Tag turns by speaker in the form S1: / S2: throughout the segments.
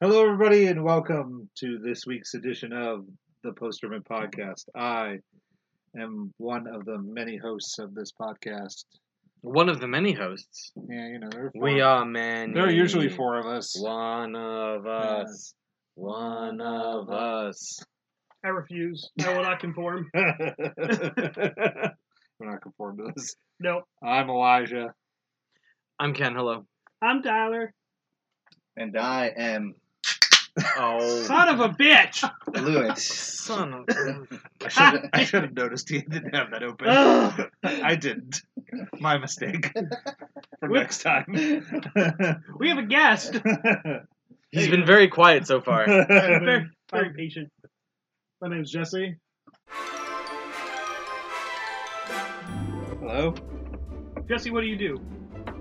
S1: Hello, everybody, and welcome to this week's edition of the Posterman Podcast. I am one of the many hosts of this podcast.
S2: One of the many hosts.
S1: Yeah, you know, there are four.
S2: We are many.
S1: There are usually four of us.
S2: One of us. One of us.
S3: I refuse. I will not conform.
S1: We're not conformed to this.
S3: No,
S1: I'm Elijah.
S2: I'm Ken. Hello.
S3: I'm Tyler.
S4: And I am
S2: Oh,
S3: Son of a bitch.
S4: Lewis.
S2: son of. a-
S1: I should I should have noticed he didn't have that open.
S3: Ugh.
S1: I didn't. My mistake. For
S3: We-
S1: next time.
S3: We have a guest.
S2: He's been very quiet so far.
S3: Very, very patient. My name's Jesse.
S1: Hello.
S3: Jesse, what do you do?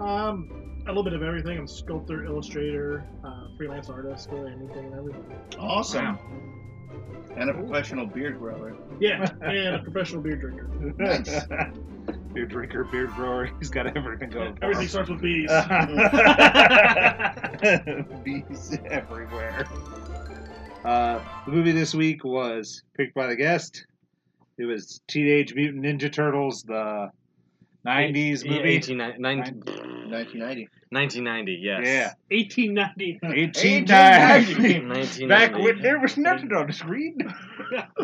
S5: Um, a little bit of everything. I'm sculptor, illustrator, uh, freelance artist, really anything and everything.
S4: Awesome. And a professional beer grower.
S5: Yeah, and a professional beer drinker.
S4: Nice.
S1: beer drinker, beer grower. He's got everything going. for
S5: Everything
S1: him.
S5: starts with bees.
S3: Uh-huh.
S1: Bees everywhere. Uh, the movie this week was picked by the guest. It was Teenage Mutant Ninja Turtles, the 90s
S2: Yeah,
S1: movie.
S2: 18 nin- nine-
S4: 1990.
S2: 1990, yes.
S1: Yeah.
S3: 1890.
S1: 1890.
S2: 1990.
S1: Back when there was nothing on the screen.
S4: I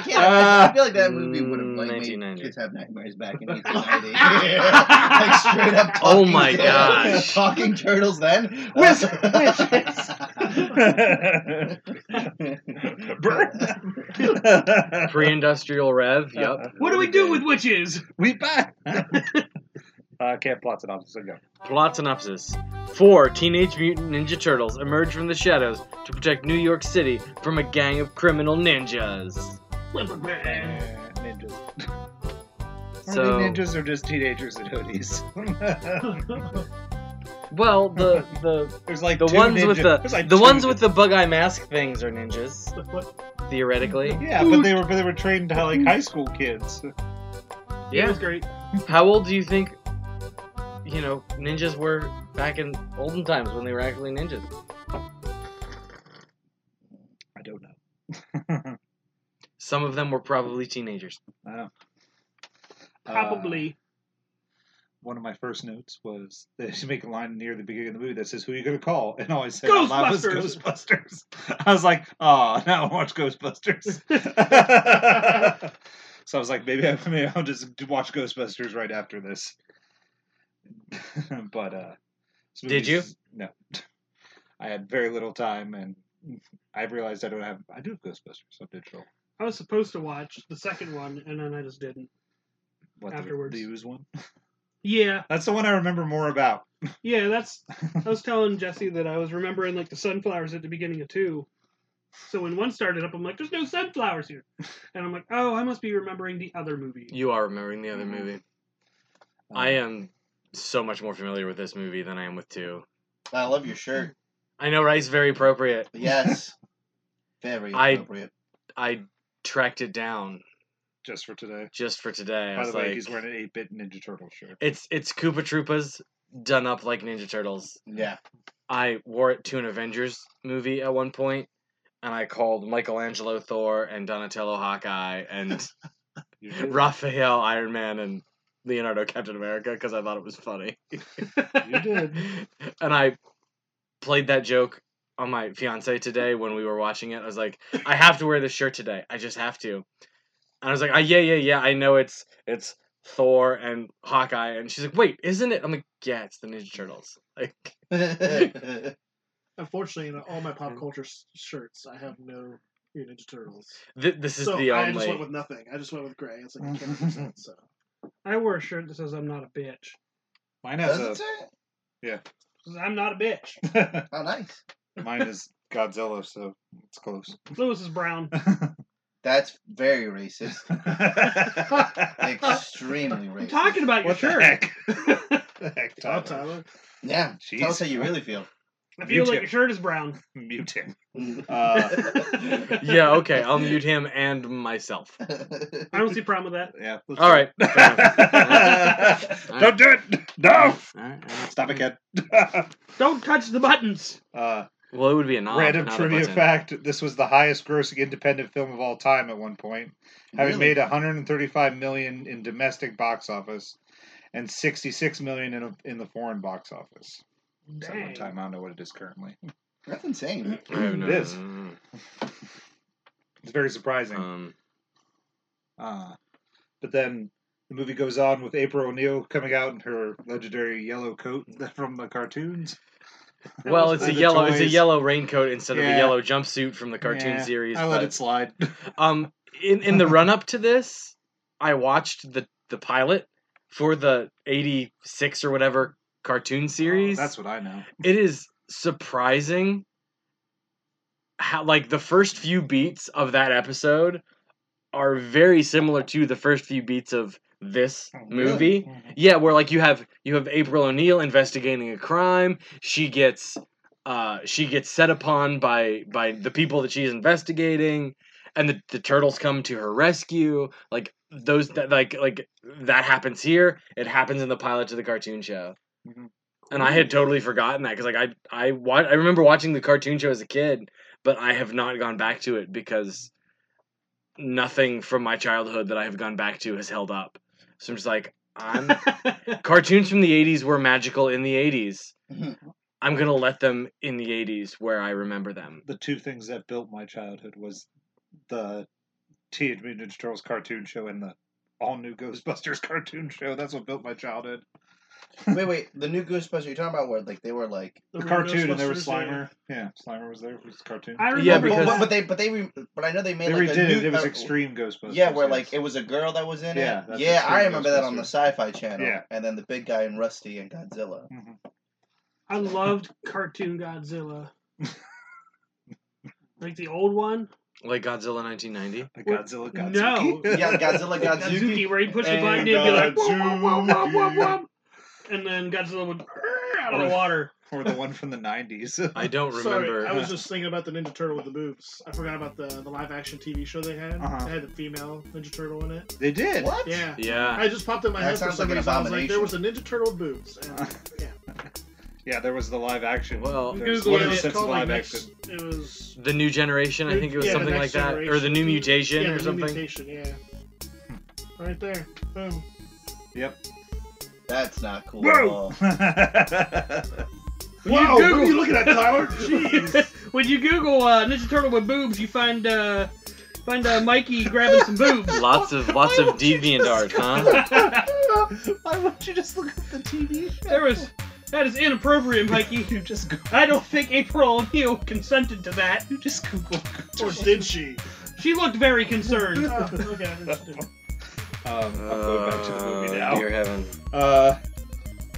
S4: can't.
S1: Uh,
S4: I feel like that movie would have like made
S2: 1990.
S4: kids have nightmares back in 1990. like straight up. Talking,
S2: Oh my gosh.
S4: Talking turtles then.
S1: With Burn them.
S2: Pre industrial rev,
S1: Uh-huh.
S2: yep.
S3: What do we do with witches?
S1: We back. uh, can't plot it off. So go.
S2: Plot synopsis. Four Teenage Mutant Ninja Turtles emerge from the shadows to protect New York City from a gang of criminal ninjas.
S1: ninjas.
S2: Eh, So,
S1: Are they ninjas or just teenagers in hoodies?
S2: well, the the
S1: there's like
S2: the
S1: two
S2: ones with
S1: ninja-
S2: the
S1: there's like
S2: the
S1: two
S2: ones
S1: nin-
S2: with the bug eye mask things are ninjas, theoretically.
S1: yeah, but they were but they were trained to like high school kids.
S5: It
S2: Yeah.
S5: was great.
S2: How old do you think, you know, ninjas were back in olden times when they were actually ninjas?
S1: I don't know.
S2: Some of them were probably teenagers.
S1: Uh,
S3: Probably.
S1: one of my first notes was they should make a line near the beginning of the movie that says, "Who you gonna call?" And all I "Oh, said out loud was Ghostbusters. I was like, "Oh, now I watch Ghostbusters." so I was like, "Maybe, I, maybe I'll just watch Ghostbusters right after this." but uh, this
S2: Did you?
S1: movie's- No, I had very little time, and I realized I don't have. I do have Ghostbusters on digital.
S5: I was supposed to watch the second one, and then I just didn't.
S1: What the-
S5: Afterwards.
S1: the used one.
S5: Yeah,
S1: That's the one I remember more about.
S5: yeah. That's. I was telling Jesse that I was remembering like the sunflowers at the beginning of two. So when one started up, I'm like, "There's no sunflowers here," and I'm like, "Oh, I must be remembering the other movie."
S2: You are remembering the other
S1: Mm-hmm.
S2: movie. I
S1: um,
S2: am so much more familiar with this movie than I am with two.
S4: I love your shirt.
S2: I know rice very appropriate.
S4: Yes. Very
S2: I-
S4: appropriate.
S2: I tracked it down
S1: just for today.
S2: just for today. I
S1: By
S2: was
S1: the way,
S2: like,
S1: he's wearing an 8 bit Ninja Turtle shirt.
S2: it's it's Koopa Troopas done up like Ninja Turtles.
S4: yeah.
S2: I wore it to an Avengers movie at one point, and I called Michelangelo Thor and Donatello Hawkeye and
S1: You did,
S2: Raphael Iron Man and Leonardo Captain America because I thought it was funny.
S1: you did.
S2: and I played that joke on my fiance today when we were watching it. I was like, I have to wear this shirt today. I just have to. And I was like, ah, yeah, yeah, yeah. I know it's it's Thor and Hawkeye, and she's like, wait, isn't it? I'm like, yeah, it's the Ninja Turtles. Like,
S5: Unfortunately, in all my pop culture s- shirts, I have no Ninja Turtles.
S2: th- this is
S5: so
S2: the
S5: I just
S2: only.
S5: went with nothing. I just went with gray. It's like I can't use that, so. I wore a shirt that says I'm not a bitch.
S1: Mine has
S4: Does
S1: a.
S4: it say?
S5: I'm not a bitch.
S4: Oh, nice.
S1: mine is Godzilla, so it's close.
S5: Lewis is brown.
S4: That's very racist.
S1: what
S4: Extremely racist.
S5: I'm talking about your
S1: the
S5: shirt.
S1: heck? the heck, Tyler?
S5: Well, Tyler.
S4: Yeah. Tell us
S1: Jeez.
S4: how you really feel.
S5: I
S1: You
S5: feel
S1: too.
S5: like your shirt is brown.
S1: Mute him. Uh,
S2: yeah, okay. I'll mute him and myself.
S5: I don't see a problem with that.
S1: yeah. let's
S2: All
S1: do
S2: right.
S1: it. Don't do it. No.
S2: All right, all right.
S1: Stop it, kid.
S5: Don't touch the buttons.
S1: Uh,
S2: Well, it would be a knob.
S1: Random
S2: not a
S1: trivia
S2: Ah, button.
S1: fact: This was the highest-grossing independent film of all time at one point, having
S4: Really?
S1: made 135 million in domestic box office and 66 million in a, in the foreign box office. So at one
S5: Dang.
S1: time, I don't know what it is currently.
S4: That's insane.
S2: I have no-
S1: It is. It's very surprising.
S2: Um,
S1: Uh, but then the movie goes on with April O'Neil coming out in her legendary yellow coat from the cartoons.
S5: That
S2: well,
S5: was
S2: it's a
S1: by the
S2: yellow. It's a
S1: toys.
S2: yellow raincoat instead of
S1: Yeah.
S2: a yellow jumpsuit from the cartoon
S1: Yeah,
S2: series.
S1: I let
S2: but-
S1: it slide.
S2: Um, in in the run up to this, I watched the the pilot for the eighty six or whatever
S1: Oh,
S2: cartoon series.
S1: That's what I know.
S2: it is surprising how like the first few beats of that episode are very similar to the first few beats of this
S1: Oh, really?
S2: movie. Yeah, where like you have you have April O'Neil investigating a crime. She gets uh she gets set upon by by the people that she's investigating and the, the turtles come to her rescue. Like those that like like that happens here. It happens in the pilot to the cartoon show.
S1: Mhm.
S2: And I had totally forgotten that cuz like I I wa- I remember watching the cartoon show as a kid, but I have not gone back to it because nothing from my childhood that I have gone back to has held up. So I'm just like I'm cartoons from the 80s were magical in the 80s. I'm going to let them in the 80s where I remember them.
S1: The two things that built my childhood was the Teenage Mutant Ninja Turtles cartoon show and the all new Ghostbusters cartoon show. That's what built my childhood.
S4: wait, wait. The new Ghostbusters you're talking about, where like they were like,
S1: The cartoon and there was
S5: Ghostbusters,
S1: Slimer.
S5: yeah.
S1: Yeah, Slimer was there. It was a cartoon.
S5: I
S2: Yeah,
S5: remember
S4: Well,
S2: because-
S4: but, but they, but they, re- but I know they
S1: they
S4: made like
S1: redid
S4: a new,
S1: it. It was
S4: uh,
S1: extreme Ghostbusters.
S4: Yeah, where
S1: yes.
S4: like it was a girl that was in
S1: Yeah,
S4: it.
S1: that's
S4: Yeah,
S1: Extreme
S4: I remember that on the
S1: Ghostbusters.
S4: Sci-Fi Channel.
S1: Yeah.
S4: and then the big guy in Rusty and Godzilla.
S1: Mhm.
S5: I loved cartoon Godzilla. like the old one?
S2: Like Godzilla 1990.
S1: the
S5: Well,
S1: Godzilla
S5: no.
S1: Godzuki.
S4: Yeah, Godzilla, Godzuki.
S5: Godzuki, where he'd push the
S1: And
S5: button and he'd be like, "Whoa, whoa, whoa, whoa, whoa,
S4: Godzuki.
S5: whoa," and then Godzilla would "Arr," out of
S1: Oh,
S5: the water.
S1: or the one from the nineties.
S2: I don't remember.
S3: Sorry, I was just thinking about the Ninja Turtle with the boobs. I forgot about the, the live action TV show they had.
S1: Uh-huh.
S3: They had the female Ninja Turtle in it.
S1: They did.
S4: What?
S3: Yeah.
S2: yeah.
S3: I just popped in my
S4: That
S3: head for
S4: sounds
S3: some
S4: like an
S3: reason. I was like, there
S4: abomination.
S3: was a Ninja Turtle with boobs. And, yeah.
S1: Yeah, there was the live action.
S2: Well-
S1: There's
S3: Google
S1: one
S3: it.
S1: of the
S3: It's
S1: sets of
S3: called, like,
S1: live
S3: next-
S1: action.
S3: It was.
S2: The New Generation, I think it was
S3: Yeah, the
S2: something like
S3: Next
S2: that. Or The
S3: Generation.
S2: New Mutation
S3: Yeah,
S2: or
S3: the
S2: something.
S3: New mutation, yeah. Right there. Boom.
S1: Yep.
S4: That's not cool.
S3: Whoa!
S4: At all.
S3: Whoa,
S5: Google-
S3: what are you looking at, Tyler? Jeez.
S5: when you Google uh, Ninja Turtle with boobs, you find uh, find uh, Mikey grabbing some boobs.
S2: Lots of lots of deviant art, huh?
S4: Why won't you just look at the TV show?
S5: There was that is inappropriate, Mikey.
S4: You just go,
S5: I don't think April O'Neil consented to that.
S4: you just Google.
S3: or did she?
S5: She looked very concerned.
S3: Oh, okay, I just didn't.
S1: Um, I'm going back to the movie
S2: Uh,
S1: now.
S2: Dear heaven.
S1: Uh,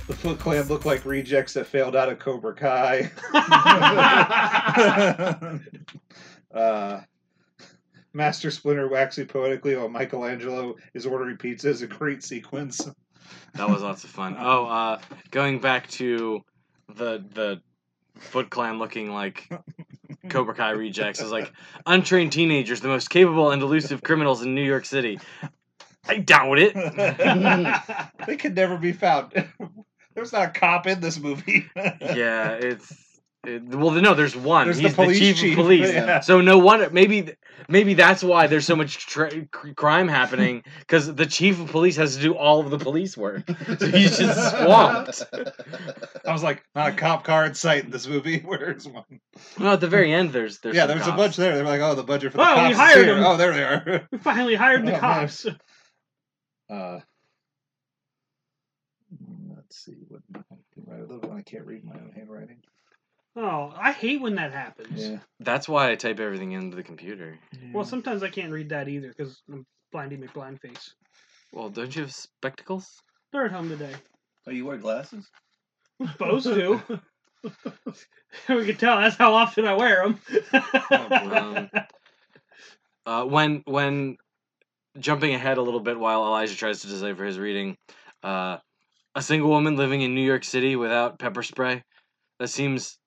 S1: the Foot Clan look like rejects that failed out of Cobra Kai. uh, Master Splinter waxing poetically while Michelangelo is ordering pizza is a great sequence.
S2: That was lots of fun. Oh, uh going back to the the Foot Clan looking like Cobra Kai rejects is like untrained teenagers, the most capable and elusive criminals in New York City. I doubt it.
S1: they could never be found. There's not a cop in this movie.
S2: Yeah, it's it, well, no, there's one.
S1: There's
S2: He's
S1: the
S2: the,
S1: police
S2: chief,
S1: chief,
S2: of police.
S1: yeah.
S2: So no wonder maybe maybe that's why there's so much tra- cr- crime happening because the chief of police has to do all of the police work. So he's just swamped.
S1: I was like, not a cop car in sight in this movie. Where's one?
S2: Well, at the very end, there's there's
S1: yeah,
S2: some
S1: there's a
S2: cops.
S1: bunch there. They're like, oh, the budget for the
S5: Oh, we
S1: cops. is
S5: hired
S1: here.
S5: them.
S1: Oh, there they are.
S5: we finally hired the
S1: Oh, man.
S5: cops.
S1: Uh, let's see what I can write. I love when I can't read my own handwriting.
S5: Oh, I hate when that happens.
S2: That's why I type everything into the computer.
S5: Well, sometimes I can't read that either because I'm blindy McBlindface.
S2: Well, don't you have spectacles?
S5: They're at home today.
S4: Oh, you wear glasses?
S5: Supposed to. we can tell that's how often I wear them.
S1: Oh,
S2: Um, uh, when when jumping ahead a little bit while Elijah tries to decipher his reading, uh, a single woman living in New York City without pepper spray, that seems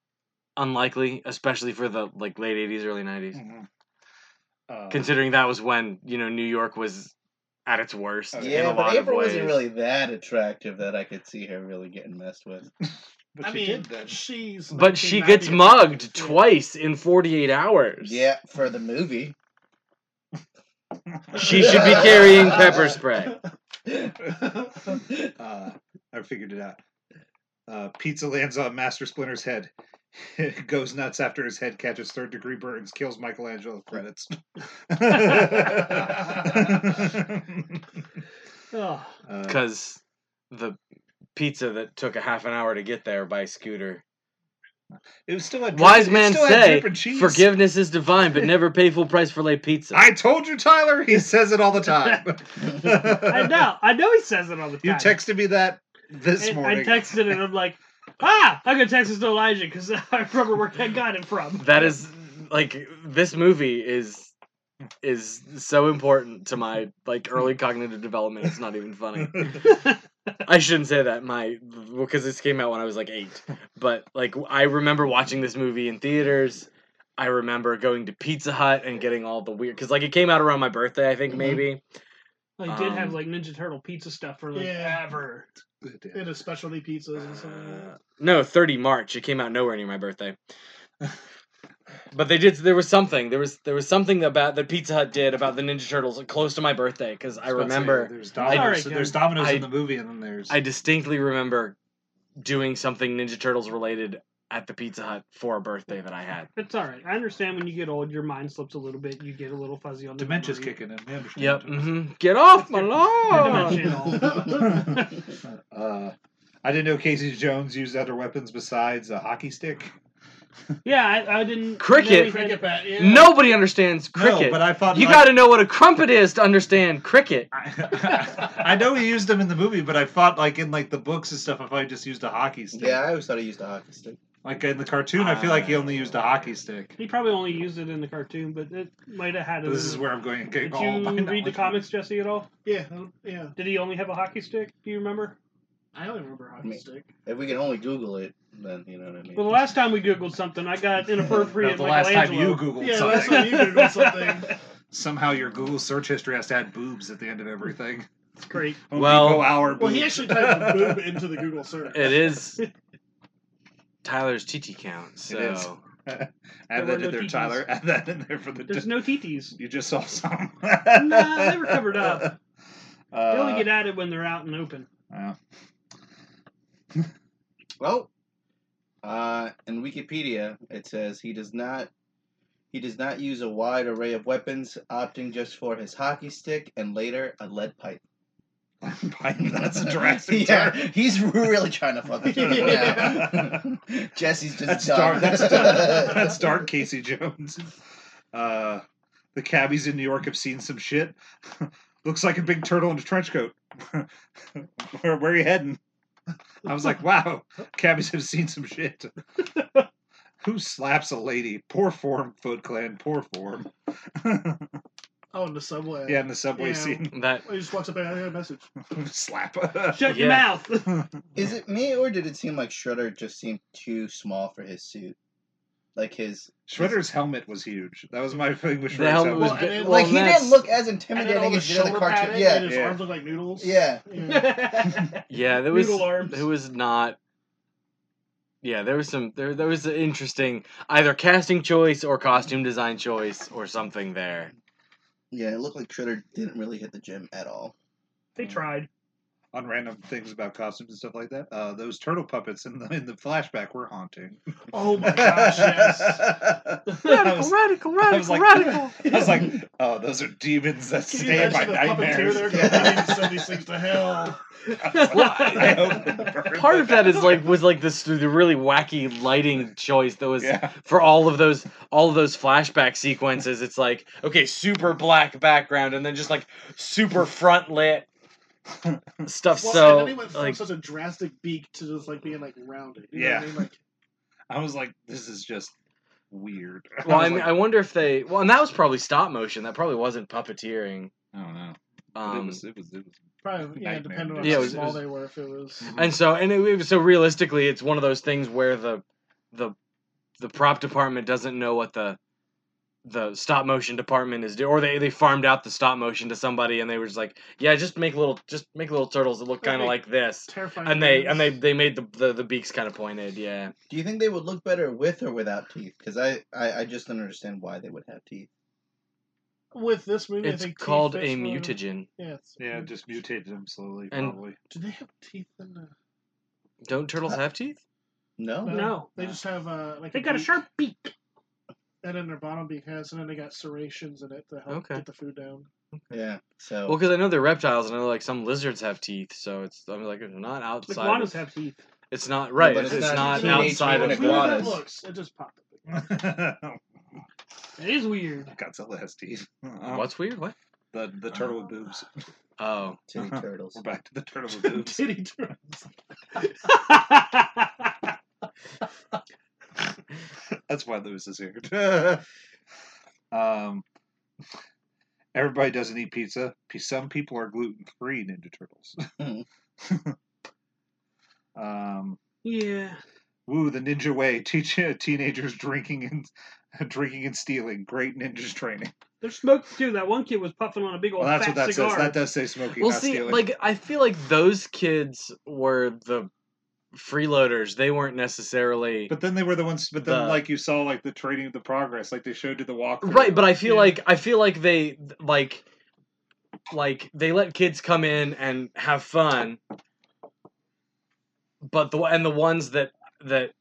S2: unlikely, especially for the like late '80s, early '90s,
S1: Mhm. Uh,
S2: considering that was when you know New York was at its worst
S1: Okay.
S2: Oh, in
S4: Yeah,
S2: a lot
S4: but
S2: of
S4: April
S2: ways.
S4: wasn't really that attractive that I could see her really getting messed with.
S1: But
S3: I
S1: she
S3: mean,
S1: did then.
S3: she's.
S2: But she gets
S3: 1990.
S2: mugged
S3: Yeah.
S2: twice in 48 hours.
S4: Yeah, for the movie.
S2: She should be carrying pepper spray.
S1: Uh, I figured it out. Uh, pizza lands on Master Splinter's head. Goes nuts after his head catches third degree burns, kills Michelangelo. Credits. Uh,
S5: Ugh.
S1: Uh,
S2: Because the pizza that took a half an hour to get there by scooter.
S1: it was still a
S2: Wise man say, forgiveness is divine, but never pay full price for late pizza.
S1: I told you, Tyler. He says it all the time.
S5: I know. I know he says it all the time.
S1: You texted me that this
S5: I,
S1: morning.
S5: I texted it. and I'm like, ah, I'm gonna text this to Elijah because I remember where I got it from.
S2: that is like this movie is is so important to my like early cognitive development it's not even funny i shouldn't say that my because this came out when i was like eight but like i remember watching this movie in theaters i remember going to pizza hut and getting all the weird because like it came out around my birthday i think
S4: Mhm.
S2: maybe
S5: I did have
S2: Um,
S5: like Ninja Turtle pizza stuff for like
S3: Yeah.
S5: ever.
S3: They had a specialty pizzas and something. Like
S2: Uh, no 30 march it came out nowhere near my birthday but they did there was something there was there was something about that pizza hut did about the ninja turtles close to my birthday because i remember
S1: there's
S5: Sorry,
S1: dominoes. there's
S5: Ken.
S1: dominoes
S2: I-
S1: in the movie, and then there's
S2: i distinctly remember doing something ninja turtles related at the pizza hut for a birthday that i had
S5: It's all right. I understand when you get old, your mind slips a little bit. You get a little fuzzy on the
S1: dementia's
S5: memory.
S1: kicking in. We understand.
S2: yep mhm. get off my lawn
S5: Dementia.
S2: mm-hmm.
S1: Uh, I didn't know Casey Jones used other weapons besides a hockey stick.
S5: Yeah, I, I didn't.
S2: Cricket.
S5: know he
S3: that.
S5: had-
S3: Cricket bat. Yeah.
S2: nobody understands
S1: No,
S2: cricket
S1: but I thought
S2: you
S1: I-
S2: got to know what a crumpet is to understand cricket
S1: I, I know he used them in the movie, but I thought like in like the books and stuff. I thought he just used a hockey stick.
S4: yeah, I always thought I used a hockey stick.
S1: Like in the cartoon, I feel like
S5: Ah.
S1: he only used a hockey stick.
S5: He probably only used it in the cartoon, but it might have had. it
S1: But this
S5: in
S1: is
S5: the-
S1: where I'm going to
S5: Did
S1: get all my
S5: you read the
S1: knowledge.
S5: comics, Jesse, at all?
S3: Yeah, I don't- yeah.
S5: Did he only have a hockey stick? Do you remember?
S3: I only remember hockey
S4: Me-
S3: stick.
S4: If we can only Google it, then you know what I mean.
S5: Well, the last time we googled something, I got
S1: That was
S5: inappropriate.
S1: the last time you
S5: Michelangelo.
S1: Googled
S3: Yeah,
S1: something.
S3: last time you Googled something.
S1: Somehow your Google search history has to add boobs at the end of everything.
S5: It's great.
S1: Home
S2: Well-
S1: Depot hour
S3: Well, he
S1: boobs.
S3: actually typed boob into the Google search.
S2: it is tyler's tt count so
S1: It is. Add
S5: There
S1: that
S5: were
S1: in
S5: no
S1: there,
S5: TTs.
S1: Tyler. Add that in there for the.
S5: There's no TTs.
S1: you just saw some.
S5: Nah, they were covered up. They only
S1: Uh,
S5: get added when they're out and open.
S1: yeah.
S4: Well, uh, in Wikipedia, it says he does not he does not use a wide array of weapons, opting just for his hockey stick and later a lead pipe.
S1: That's a Jurassic
S4: yeah,
S1: term.
S4: he's really trying to fuck us up
S1: Yeah.
S4: now. Jesse's just
S1: That's
S4: dumb.
S1: dark. That's dark. That's dark. Casey Jones. Uh, the cabbies in New York have seen some shit. Looks like a big turtle in a trench coat. where, where are you heading? I was like, wow, cabbies have seen some shit. Who slaps a lady? Poor form, Foot Clan. Poor form.
S3: Oh, in the subway.
S1: yeah, in the subway
S3: Yeah.
S1: scene,
S2: that
S3: He just walks up and I got a message.
S1: slap.
S5: Shut
S2: Yeah.
S5: your mouth.
S4: Is it me or did it seem like Shredder just seemed too small for his suit? Like his
S1: Shredder's helmet was huge. That was my thing with Shredder's
S2: The helmet was
S3: Well,
S2: big-
S3: and it-
S4: like he
S2: that's-
S4: didn't look as
S3: And then all
S4: intimidating
S3: the
S4: as the other
S3: shoulder
S4: cartoon.
S3: padding, and
S4: Yeah,
S3: his
S1: Yeah.
S3: arms look like noodles.
S4: yeah.
S3: Yeah.
S2: Yeah, there was
S5: Noodle arms.
S2: there was not. Yeah, there was some there there was an interesting either casting choice or costume design choice or something there.
S4: Yeah, it looked like Shredder didn't really hit the gym at all.
S5: they tried.
S1: on random things about costumes and stuff like that. Uh, those turtle puppets in the in the flashback were haunting.
S3: Oh my gosh, yes.
S1: I, was,
S2: radical,
S1: I was like-
S2: radical.
S1: I was like, oh, those are demons that
S3: Can you
S1: stay in my
S3: imagine the puppeteer there
S1: nightmares.
S3: going, "We need to send these things to hell?
S1: I hope they burn
S2: Part of that
S1: them
S2: is like was like this the really wacky lighting choice that was
S1: Yeah.
S2: for all of those all of those flashback sequences. It's like okay, super black background and then just like super front lit stuff.
S3: Well,
S2: so
S3: and then he went from
S2: like
S3: such a drastic beak to just like being like rounded. You
S1: Yeah.
S3: Know what I mean? Like,
S1: I was like, this is just weird.
S2: Well,
S1: was
S2: I mean,
S1: like,
S2: I wonder if they. Well, and that was probably stop motion. That probably wasn't puppeteering.
S1: I don't know. it
S2: Um,
S1: was, it was, it was.
S3: probably, yeah,
S1: Nightmare.
S3: depending on
S2: Yeah, it
S3: how
S2: was- it
S3: small
S2: was- Mm-hmm.
S3: they were, if it was.
S2: and so, and it, was- so realistically, it's one of those things where the, the, the prop department doesn't know what the, the stop motion department is doing, or they, they farmed out the stop motion to somebody, and they were just like, yeah, just make little just make little turtles that look
S3: That'd
S2: kind of
S3: be
S2: like this,
S3: Terrifying.
S2: and they
S3: things.
S2: and they they made the the, the beaks kind of pointed, yeah.
S4: Do you think they would look better with or without teeth? Because I, I, I just don't understand why they would have teeth.
S3: with this movie, I
S2: It's
S3: think teeth
S2: called a
S3: fits really-
S2: mutagen.
S3: Yeah, it's-
S1: Yeah, just mutated them slowly,
S2: And-
S1: probably.
S3: do they have teeth in the?
S2: Don't
S1: Uh,
S2: turtles have teeth?
S4: No.
S5: Oh, No.
S3: they just have uh, like
S5: They got a
S3: beak,
S5: sharp beak.
S3: and then their bottom beak has, and then they got serrations in it to help
S2: Okay.
S3: get the food down.
S4: Yeah. So
S2: Well, because I know they're reptiles, and I know like some lizards have teeth, so it's I'm like it's not
S5: The
S2: outside.
S5: iguanas
S2: of-
S5: have teeth.
S2: It's not right.
S4: but
S2: it's,
S4: it's
S2: it's
S4: not
S2: not,
S4: teenage
S2: outside of
S4: mutant
S3: As weird as
S4: iguanas.
S3: it looks, it just popped. Up.
S1: Oh
S5: It is weird.
S1: Godzilla has teeth. Um,
S2: What's weird? What?
S1: the the turtle with boobs?
S2: Oh,
S4: titty
S3: uh-huh.
S4: turtles.
S1: We're back to the turtle with boobs.
S3: Titty turtles.
S1: That's why Lewis is here. um, everybody doesn't eat pizza. P- Some people are gluten free Ninja Turtles. um,
S5: Yeah.
S1: woo, the ninja way. Teach teenagers drinking and drinking and stealing. Great ninjas training.
S5: They're smoked too. That one kid was puffing on a big old
S1: Well, that's
S5: fat
S1: what that
S5: cigar.
S1: says. That does say smoking,
S2: well,
S1: not
S2: see,
S1: stealing.
S2: like I feel like those kids were the freeloaders. They weren't necessarily
S1: but then they were the ones. But then,
S2: The-
S1: like you saw, like the training of the progress, like they showed you the walk.
S2: right. But I feel
S3: Yeah.
S2: like I feel like they like like they let kids come in and have fun, but the and the ones that that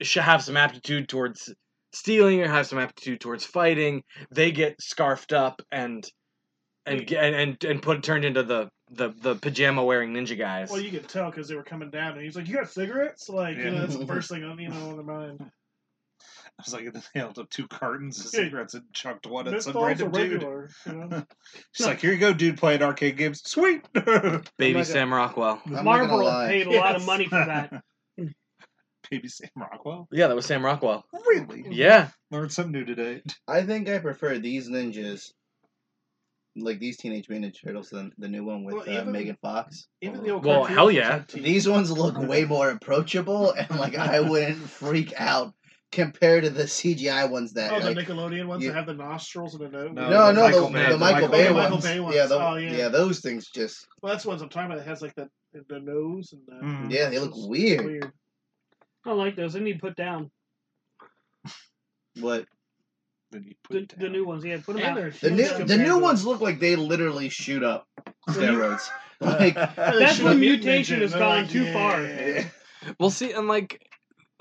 S2: should have some aptitude towards stealing or have some aptitude towards fighting, they get scarfed up and and ge- and and, and put turned into the the, the pajama wearing ninja guys.
S3: Well, you could tell because they were coming down, and he's like, "You got cigarettes?" Like, you know,
S1: Yeah.
S3: that's the first thing on you know on their mind.
S1: I was like, and then they held up two cartons of
S3: Yeah.
S1: cigarettes and chucked one at some
S3: Menthol's a
S1: random dude.
S3: regular. You know?
S1: She's like, here you go, dude, playing arcade games. Sweet.
S2: Baby
S4: not gonna-
S2: Sam Rockwell.
S5: Mm.
S4: I'm not gonna
S5: Marlboro
S4: lie.
S5: paid a lot of
S3: Yes.
S5: money for that.
S1: Baby Sam Rockwell.
S2: Yeah, that was Sam Rockwell.
S1: Really?
S2: Yeah.
S1: Learned something new today.
S4: I think I prefer these ninjas, like these Teenage Mutant Ninja Turtles, than the new one with
S3: Well,
S4: uh,
S3: even-
S4: Megan Fox.
S3: Even the old Uh-huh.
S2: Well,
S3: cartoons
S2: hell yeah.
S3: had teeth.
S4: These ones look way more approachable, and like I wouldn't freak out compared to the CGI ones that.
S3: Oh,
S4: like,
S3: the Nickelodeon ones
S4: you-
S3: that have the nostrils and the nose.
S1: No, the
S4: no, no,
S1: Michael
S4: the,
S1: Bay-
S4: the Michael, Bay,
S3: Oh, the
S4: ones.
S3: Michael Bay ones.
S4: Yeah, the,
S3: Oh,
S4: yeah.
S3: yeah.
S4: those things just
S3: Well, that's the ones I'm talking about. It has like the the nose and the
S1: Mm.
S4: yeah, they look
S3: It's
S4: weird.
S3: weird.
S5: I like those. They need put down.
S4: What
S1: Then you put
S5: The,
S1: it
S5: the
S1: down.
S5: new ones. Yeah, put them
S3: And
S5: out.
S3: they're
S4: the
S3: huge
S4: new the
S3: compared
S4: new
S3: to-
S4: ones look like they literally shoot up steroids. like
S3: They
S5: That's
S3: shoot
S5: when
S3: a mutant
S5: mutation
S3: ninja,
S5: has
S3: they're
S5: gone too far.
S2: Well, see, and like,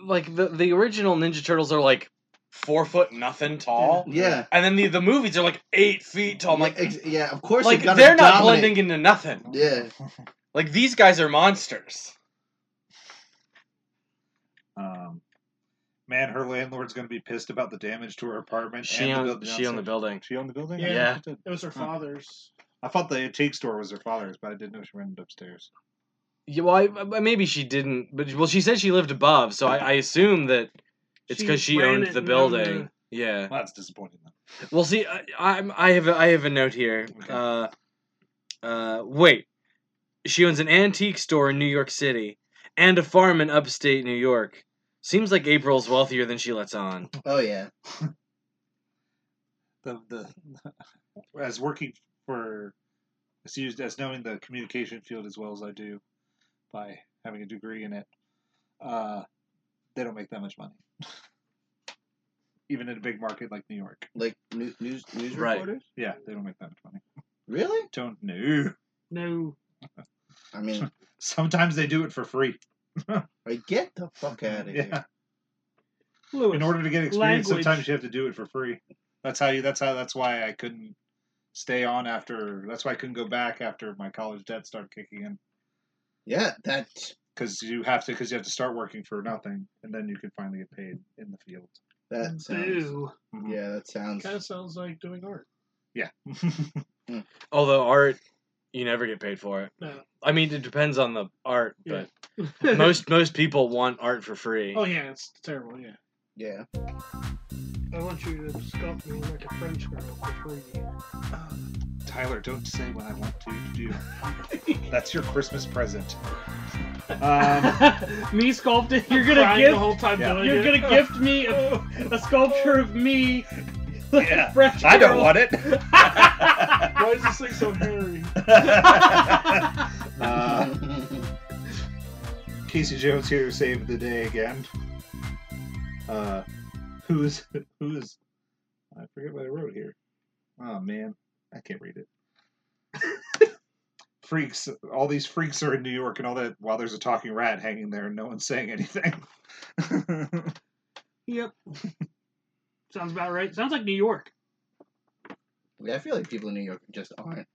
S2: like the the original Ninja Turtles are like four foot nothing tall,
S4: yeah,
S2: and then the the movies are like eight feet tall. I'm like,
S4: Ex- yeah, of course.
S2: Oh, like
S4: you've gotta
S2: they're not
S4: dominate.
S2: blending into nothing.
S4: Yeah.
S2: Like these guys are monsters.
S1: Um, man, her landlord's going to be pissed about the damage to her apartment.
S2: She
S1: and the
S2: owned
S1: building
S2: she owned the
S1: outside.
S2: building.
S1: She owned the building?
S3: Yeah.
S1: Yeah. she did.
S3: It was her father's.
S1: I thought the antique store was her father's, but I didn't know she rented upstairs.
S2: Yeah, well, I, I- maybe she didn't, but well, she said she lived above, so I, I assume that it's
S5: She
S2: because she,
S5: ran
S2: owned
S5: it
S2: the
S5: and owned the-
S2: building. Yeah.
S1: Well, that's disappointing. Then.
S2: Well, see, I, I'm I have a, I have a note here.
S1: Okay.
S2: Uh, uh, wait, she owns an antique store in New York City and a farm in upstate New York. Seems like April's wealthier than she lets on.
S4: Oh yeah.
S1: The, the, as working for, as, used, as knowing the communication field as well as I do by having a degree in it, uh, they don't make that much money. Even in a big market like New York.
S4: Like new, news news
S2: Right.
S4: reporters.
S1: Yeah, they don't make that much money.
S4: Really?
S1: Don't know.
S5: No.
S4: I mean,
S1: Sometimes they do it for free.
S4: like, get the fuck out of
S1: Yeah.
S4: here.
S5: Lewis.
S1: In order to get experience,
S5: Language.
S1: sometimes you have to do it for free. That's how you. That's how. That's why I couldn't stay on after. That's why I couldn't go back after my college debt started kicking in.
S4: Yeah, that
S1: Because you have to. Because you have to start working for nothing, and then you can finally get paid in the field.
S4: that sounds.
S5: Boo.
S4: Yeah, that sounds.
S3: Kind of sounds like doing art.
S1: Yeah.
S2: Although art, you never get paid for it.
S3: No.
S2: I mean, it depends on the art,
S3: Yeah.
S2: but most most people want art for free.
S3: Oh yeah, it's terrible. Yeah.
S4: Yeah.
S5: I want you to sculpt me like a French girl for free.
S1: Tyler, don't say what I want to do. That's your Christmas present. Um,
S5: me sculpting. You're
S3: Crying
S5: gonna
S3: the
S5: gift.
S3: whole time.
S1: Yeah.
S3: doing
S5: You're
S3: it.
S5: gonna gift me a, a sculpture of me
S1: Yeah.
S5: Fresh
S1: I don't
S5: Carol.
S1: want it.
S3: Why is this thing so hairy?
S1: Uh, Casey Jones here to save the day again. Uh, who is who is? I forget what I wrote here. Oh man, I can't read it. freaks! All these freaks are in New York, and all that. While there's a talking rat hanging there, and no one's saying anything. Hmm.
S5: Yep. Sounds about right. Sounds like New York.
S4: Yeah, I feel like people in New York just aren't,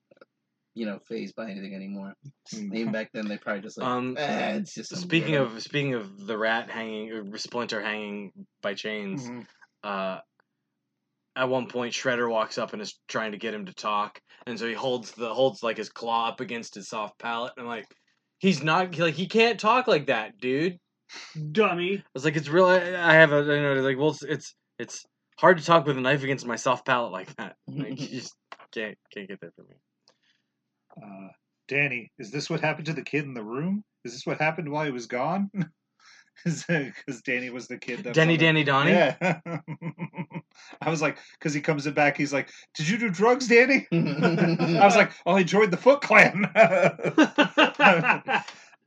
S4: you know, phased by anything anymore. Even back then, they probably just like,
S2: Mm. Um,
S4: "Eh, it's just. some
S2: Speaking
S4: weirdo."
S2: of speaking of the rat hanging, or Splinter hanging by chains.
S1: Mhm.
S2: uh, at one point Shredder walks up and is trying to get him to talk, and so he holds the holds like his claw up against his soft palate. And I'm like, he's not like he can't talk like that, dude. I
S5: Dummy.
S2: was like, it's real. I I have a you know like well it's it's, it's hard to talk with a knife against my soft palate like that. Like you just can't can't get that from me.
S1: Uh, Danny, is this what happened to the kid in the room? Is this what happened while he was gone? Because Danny was the kid. That was
S2: Danny,
S1: on the-
S2: Danny, Donnie.
S1: Yeah. I was like, because he comes in back, he's like, "Did you do drugs, Danny?" I was like, "Oh, I joined the Foot Clan." I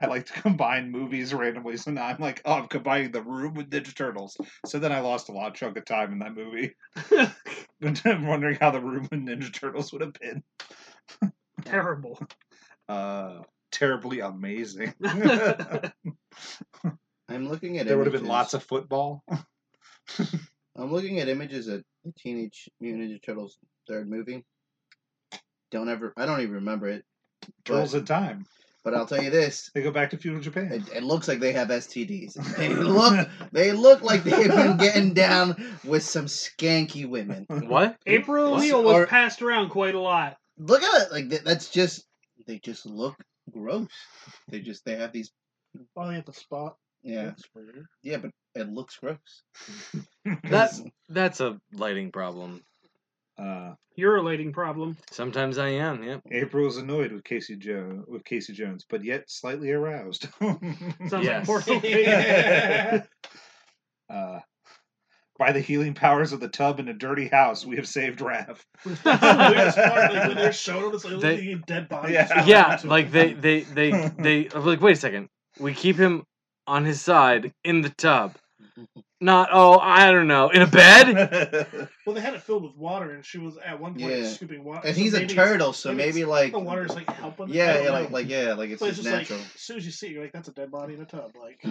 S1: like to combine movies randomly, so now I'm like, "Oh, I'm combining the room with Ninja Turtles." So then I lost a lot chunk of time in that movie. But I'm wondering how the room with Ninja Turtles would have been.
S5: Terrible.
S1: Uh, terribly amazing. there
S5: There
S4: I'm looking at.
S1: would have been
S4: images-
S1: lots of football.
S4: I'm looking at images of the Teenage Mutant Ninja Turtles third movie. Don't ever. I don't even remember it.
S1: Turtles in time.
S4: But I'll tell you this:
S1: They go back to feudal Japan.
S4: it, it looks like they have STDs. They look. They look like they've been getting down with some skanky women.
S2: What?
S5: April
S4: What's-
S5: O'Neil was
S4: or-
S5: passed around quite a lot.
S4: Look at it. Like that, that's just. They just look gross. They just. They have these.
S3: Finally at the spot.
S4: Yeah.
S3: That's weird.
S4: Yeah, but it looks gross.
S2: That's that's a lighting problem.
S1: Uh,
S5: You're a lighting problem.
S2: Sometimes I am. Yep.
S1: April is annoyed with Casey Jones, with Casey Jones, but yet slightly aroused.
S5: Sounds
S2: Yes.
S5: like Portal
S1: uh, by the healing powers of the tub in a dirty house, we have saved Raph.
S3: Weirdest part, like, when they're showing them, it's like,
S2: They-
S3: look at dead bodies.
S1: Yeah.
S2: yeah, like they they they they I'm like wait a second. We keep him on his side in the tub. Not oh, I don't know, in a bed?
S3: Well, they had it filled with water, and she was at one point
S4: Yeah.
S3: scooping water.
S4: And
S3: so
S4: he's a
S3: maybe
S4: turtle, so
S3: maybe
S4: maybe like.
S3: The water's like helping. I
S4: Yeah,
S3: don't
S4: yeah, like,
S3: know.
S4: like yeah, like it's
S3: But it's
S4: just
S3: just
S4: natural.
S3: like as soon as you see it, you're like, that's a dead body in a tub. Like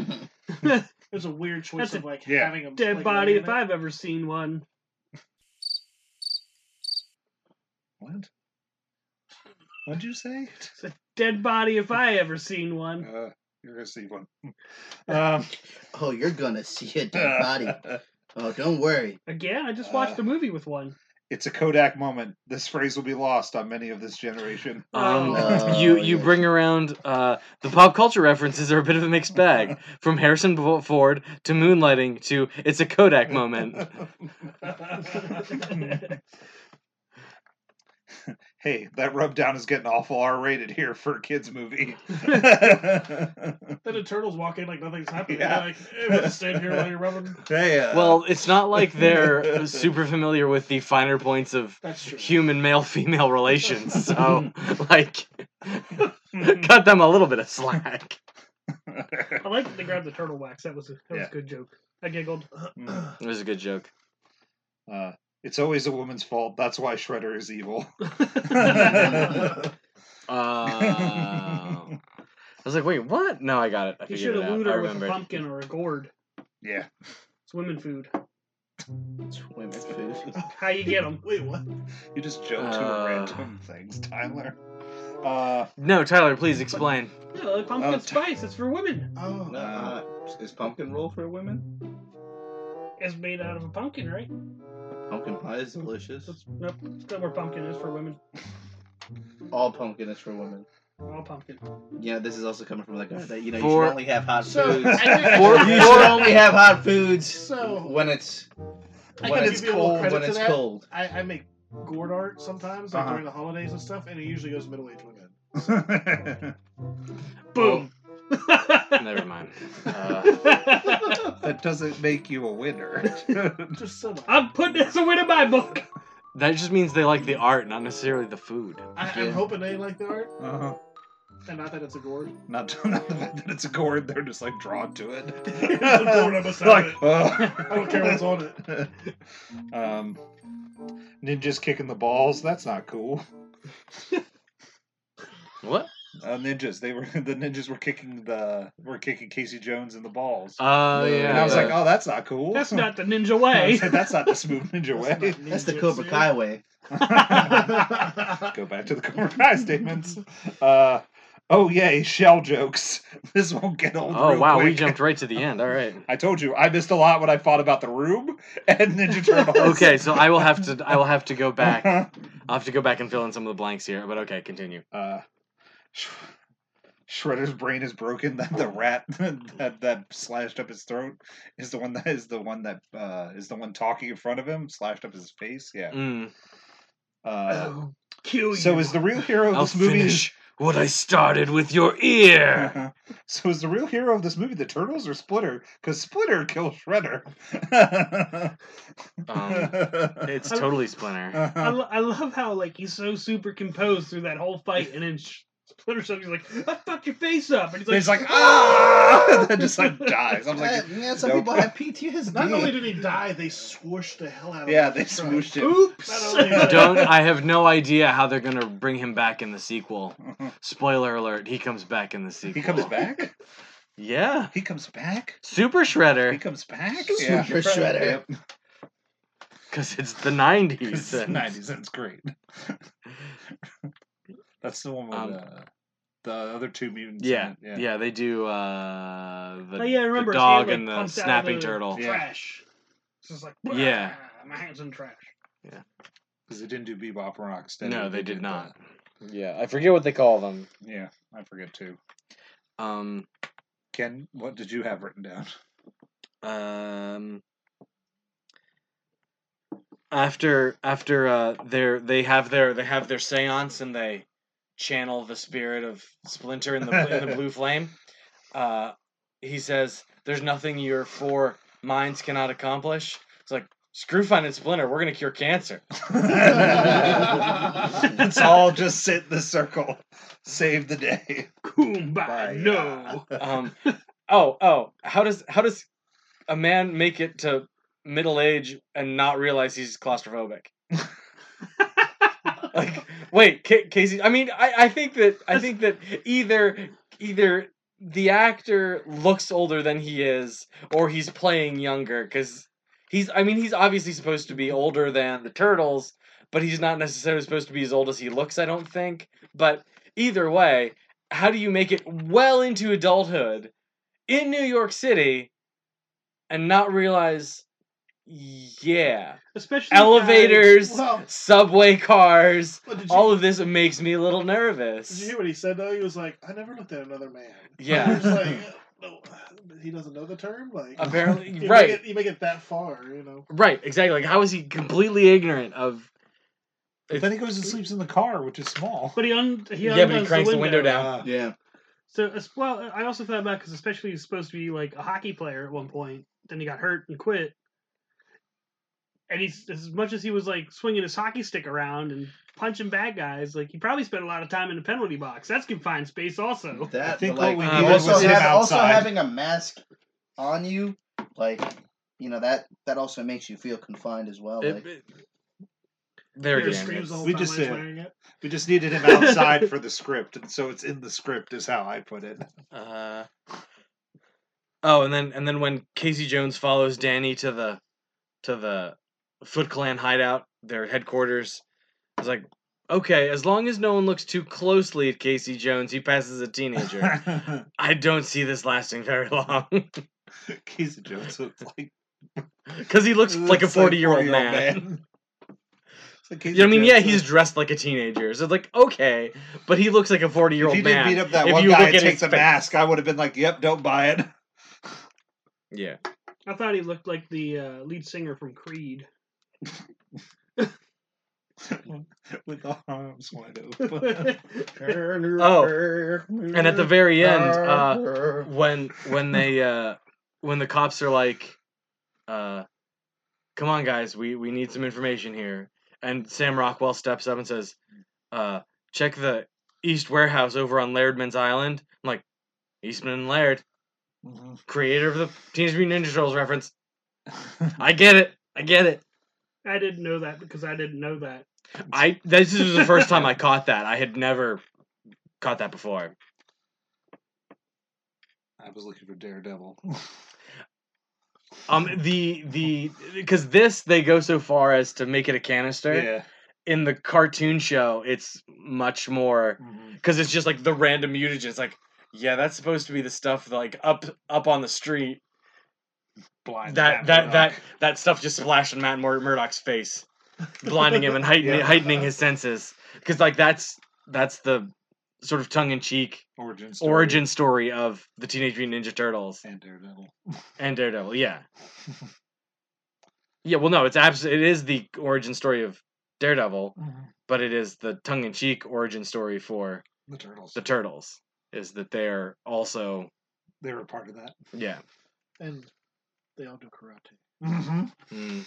S3: there's a weird choice
S5: That's a
S3: of like
S1: Yeah.
S3: having a
S5: dead
S3: like,
S5: body
S3: laying
S5: if
S3: there.
S5: I've ever seen one.
S1: what? What'd you say?
S5: It's a dead body if I ever seen one.
S1: Uh, you're gonna see one. Um,
S4: oh, you're gonna see a dead body. Oh, don't worry.
S5: Again, I just watched
S1: Uh.
S5: a movie with one.
S1: It's a Kodak moment. This phrase will be lost on many of this generation.
S2: Um,
S4: Oh.
S2: you
S4: Oh,
S2: you
S4: yeah.
S2: bring around uh, the pop culture references are a bit of a mixed bag from Harrison Bo- Ford to moonlighting to it's a Kodak moment.
S1: hey, that rubdown is getting awful R rated here for a kids movie.
S3: Then the turtles walk in like nothing's happening.
S1: Yeah.
S3: Yeah. Like, hey, we'll just stand here while you're rubbing.
S1: hey, uh,
S2: Well, it's not like they're super familiar with the finer points of
S3: That's true.
S2: human male female relations. So like cut them a little bit of slack.
S5: I like that they grabbed the turtle wax. That was a, that was
S1: Yeah.
S5: a good joke. I giggled.
S2: It was a good joke.
S1: uh, it's always a woman's fault. That's why Shredder is evil.
S2: Oh. Um, I was like, wait, what? No, I got it. I
S5: You
S2: figured
S5: should
S2: it
S5: have
S2: out.
S5: wooed
S2: I
S5: her with a
S2: remember.
S5: pumpkin or a gourd.
S1: yeah.
S5: It's women food.
S4: Swim at food.
S5: How you get them?
S3: Wait, what?
S1: You just joke to
S2: Uh.
S1: random things, Tyler. Uh,
S2: No, Tyler, please explain.
S5: Yeah, like pumpkin
S1: Oh, t-
S5: spice. It's for women.
S4: Oh, uh, is pumpkin roll for women?
S5: It's made out of a pumpkin, right?
S4: Pumpkin pie is delicious.
S5: That's, nope. It's not where pumpkin is for women.
S4: All pumpkin is for women.
S5: All pumpkin.
S4: Yeah, this is also coming from like that. You know, you
S2: For-
S4: should only have hot
S3: So-
S4: foods.
S3: I think I
S4: you
S2: For-
S3: can-
S4: should only have hot foods
S3: So-
S4: when it's when
S3: I gotta
S4: it's
S3: give you a little
S4: cold.
S3: credit
S4: When
S3: to
S4: it's
S3: that.
S4: cold.
S3: I, I make gourd art sometimes, like
S1: Uh-huh.
S3: during the holidays and stuff, and it usually goes middle aged women.
S5: Boom.
S2: Never mind. Uh,
S1: That doesn't make you a winner.
S3: Just so much.
S5: I'm putting this away in my book.
S2: that just means they like the art, not necessarily the food.
S3: I, I'm
S4: Yeah.
S3: hoping they like the art,
S1: uh,
S3: and not that it's a gourd.
S1: not, not that it's a gourd, they're just like drawn to it.
S3: It's a gourd, I must have
S1: like,
S3: it.
S1: uh,
S3: I don't care what's on it.
S1: um, ninjas kicking the balls. That's not cool.
S2: What?
S1: Uh, ninjas. They were the ninjas were kicking the were kicking Casey Jones in the balls.
S2: Oh yeah.
S1: and I was
S2: yeah.
S1: like, oh, that's not cool.
S5: That's not the ninja
S1: I
S5: way.
S1: said, that's not the smooth ninja way.
S4: That's the Cobra Kai way.
S3: Kai.
S1: Go back to the Cobra Kai statements. Uh, oh yay, shell jokes. This won't get old.
S2: oh
S1: real
S2: wow, we
S1: quick.
S2: jumped right to the end. All right.
S1: I told you, I missed a lot when I thought about the room and Ninja Turtles. Uh-huh.
S2: Okay, so I will have to. I will have to go back. I'll have to go back and fill in some of the blanks here. But okay, continue.
S1: uh, Sh- Shredder's brain is broken. That the rat that that slashed up his throat is the one that is the one that uh, is the one talking in front of him, slashed up his face. Yeah.
S2: Mm. Oh,
S1: Uh,
S5: Kill you.
S1: so is the real hero of
S2: I'll
S1: this movie?
S2: finish what I started with your ear.
S1: so is the real hero of this movie the turtles or Splitter? Because Splitter killed Shredder.
S2: Um, it's totally Splinter.
S5: I,
S1: Uh-huh.
S5: lo- I love how like he's so super composed through that whole fight, and then Sh- Splinter suddenly he's like, "I fucked your face up," and
S1: And
S5: he's like,
S1: He's like ah, and just like dies. I'm like,
S4: Yeah, Eh, yeah, some
S1: nope.
S4: people have PTSD.
S3: Not only did he die, they swooshed the hell out of him.
S1: yeah, they
S3: That's right.
S1: smooshed him.
S5: "Oops."
S3: Not only that-
S2: Don't. I have no idea how they're gonna bring him back in the sequel. Spoiler alert: He comes back in the sequel.
S1: He comes back.
S2: Yeah.
S1: He comes back.
S2: Super
S1: He
S2: Shredder,
S1: comes back.
S4: Super Shredder.
S1: Yep.
S2: because it's the '90s.
S1: It's the
S2: and-
S1: 90s. That's great. That's the one with
S2: Um,
S1: uh, the other two mutants. in
S2: Yeah,
S1: it,
S2: yeah, they do uh, the,
S5: Oh, yeah, I
S2: the
S5: remember his
S2: dog
S5: hand, like,
S2: and the
S5: pumps out of
S2: snapping
S5: the-
S2: turtle.
S1: Yeah.
S5: Trash. It's just like,
S2: Yeah.
S5: "Wah, my hands in trash.
S1: Because they didn't do Bebop or Rocksteady.
S2: No, they did
S1: did
S2: not. Yeah, I forget what they call them.
S1: the- yeah, I forget too.
S2: Um,
S1: Ken, what did you have written down?
S2: um, after after uh, their they have their they have their séance and they channel the spirit of Splinter in the in the blue flame. Uh, he says, "There's nothing your four minds cannot accomplish." It's like screw finding Splinter. We're gonna cure cancer.
S1: Let's all just sit in the circle. Save the day.
S5: Kumbaya. No.
S2: um oh oh how does how does a man make it to middle age and not realize he's claustrophobic like wait Ca- casey i mean i i think that i think that either either the actor looks older than he is or he's playing younger because he's i mean he's obviously supposed to be older than the turtles but he's not necessarily supposed to be as old as he looks i don't think but either way how do you make it well into adulthood in New York City and not realize, yeah,
S5: Especially uh,
S2: elevators,
S3: Well,
S2: subway cars,
S3: well, did you,
S2: all of this makes me a little
S3: did
S2: nervous.
S3: you hear what he said though? He was like, "I never looked at another man." He
S2: Yeah,
S3: was like, no, he doesn't know the term. Like, you
S2: apparently,
S3: make
S2: Uh, right,
S3: it- you make it that far, you know.
S2: right, exactly. Like, how is he completely ignorant of?
S1: But then he goes and sleeps in the car, which is small.
S5: But he un- he
S2: Yeah, but he
S5: undoes
S2: cranks the window down.
S1: Uh,
S4: Yeah.
S5: So as well, I also thought about because especially he's supposed to be like a hockey player at one point. Then he got hurt and quit. And he's as much as he was like swinging his hockey stick around and punching bad guys, like he probably spent a lot of time in the penalty box. That's confined space, also.
S4: That,
S1: I think
S4: but, like,
S1: Uh, what we
S2: Um,
S1: needed
S2: also
S1: was him
S4: have- also
S1: outside.
S4: having a mask on you, like you know that that also makes you feel confined as well.
S2: It,
S4: like,
S2: it- there
S3: He
S2: again,
S3: just screams the
S2: it's-
S3: whole
S1: We
S3: time
S1: just
S3: when he's
S1: said-
S3: wearing it.
S1: We just needed him outside for the script, and so it's in the script, is how I put it.
S2: Uh, oh, and then and then when Casey Jones follows Danny to the to the Foot Clan hideout, their headquarters, it's like, okay, as long as no one looks too closely at Casey Jones, he passes a teenager. I don't see this lasting very long
S1: Casey Jones looks like
S2: because he looks like a forty year old man.
S1: It's like
S2: You know, I mean,
S1: Casey
S2: yeah,
S1: Jones
S2: he's
S1: looks-
S2: dressed like a teenager. So it's like, okay, but he looks like a forty year
S1: If
S2: old
S1: he
S2: man.
S1: didn't beat up that
S2: If
S1: one
S2: you
S1: guy
S2: look
S1: and
S2: at
S1: take
S2: his
S1: the
S2: face-
S1: mask, I would have been like, "Yep, don't buy it."
S2: Yeah.
S5: I thought he looked like the uh, lead singer from Creed.
S1: with the arms wide open.
S5: That's
S4: oh,
S2: And at the very end, uh, when when they uh, when the cops are like, uh, "Come on, guys, we we need some information here," and Sam Rockwell steps up and says, uh, "Check the East Warehouse over on Lairdman's Island." I'm like, Eastman and Laird, creator of the Teenage Mutant Ninja Turtles reference. I get it. I get it.
S5: I didn't know that because I didn't know that.
S2: I this is the first time I caught that. I had never caught that before.
S1: I was looking for Daredevil.
S2: Um, the the because this they go so far as to make it a canister.
S1: yeah.
S2: In the cartoon show, it's much more
S1: Mhm.
S2: because it's just like the random mutagens. Like, yeah, that's supposed to be the stuff like up up on the street.
S1: Blind.
S2: That
S1: Matt
S2: that that
S1: Murdock.
S2: that stuff just splashed in Matt Mur- Murdock's face, blinding him and heightening
S1: Yeah.
S2: heightening his senses. Because like that's that's the sort of tongue in cheek
S1: origin story
S2: origin story of the Teenage Mutant Ninja Turtles.
S1: and Daredevil.
S2: and Daredevil. Yeah. yeah. Well, no, it's abs- It is the origin story of Daredevil,
S1: Mm-hmm.
S2: but it is the tongue-in-cheek origin story for
S1: The turtles.
S2: the Turtles. Is that they're also
S1: they were part of that.
S2: yeah.
S3: and they all do karate.
S1: Mm-hmm.
S2: Mm.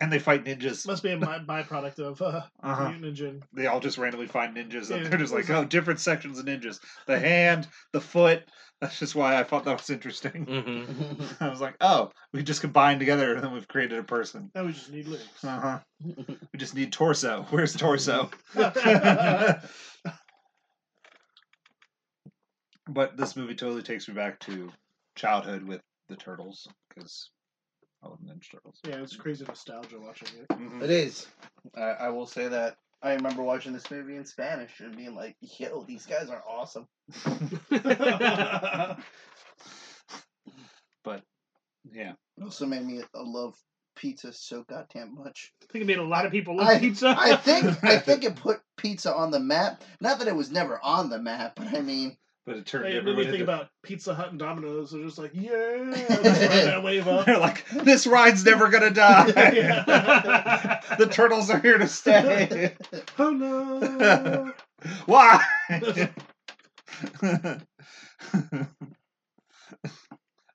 S1: And they fight ninjas.
S3: Must be a by- byproduct of uh,
S1: Uh-huh.
S3: mutant engine.
S1: They all just randomly find ninjas, and
S3: Yeah,
S1: they're just
S3: it was
S1: like, oh, different sections of ninjas. The hand, the foot. That's just why I thought that was interesting.
S2: hmm
S1: I was like, oh, we just combine together, and then we've created a person.
S3: Now we just need lyrics.
S1: Uh huh. We just need torso. Where's torso? but this movie totally takes me back to childhood with the turtles because I love Ninja Turtles.
S3: Yeah, it's crazy nostalgia watching it.
S1: Mhm.
S4: It is. I, I will say that. I remember watching this movie in Spanish and being like, yo, these guys are awesome.
S1: But yeah,
S4: It also made me uh, love pizza so goddamn much.
S5: I think it made a lot of people love pizza.
S4: I think I think it put pizza on the map. Not that it was never on the map, but I mean,
S1: but it turned
S3: Hey, It made
S1: everyone
S3: me think
S1: into.
S3: about Pizza Hut and Domino's. They're just like, yeah, just ride that wave up.
S1: They're like, this ride's never gonna die.
S3: Yeah.
S1: the turtles are here to stay.
S3: Oh no!
S1: Why?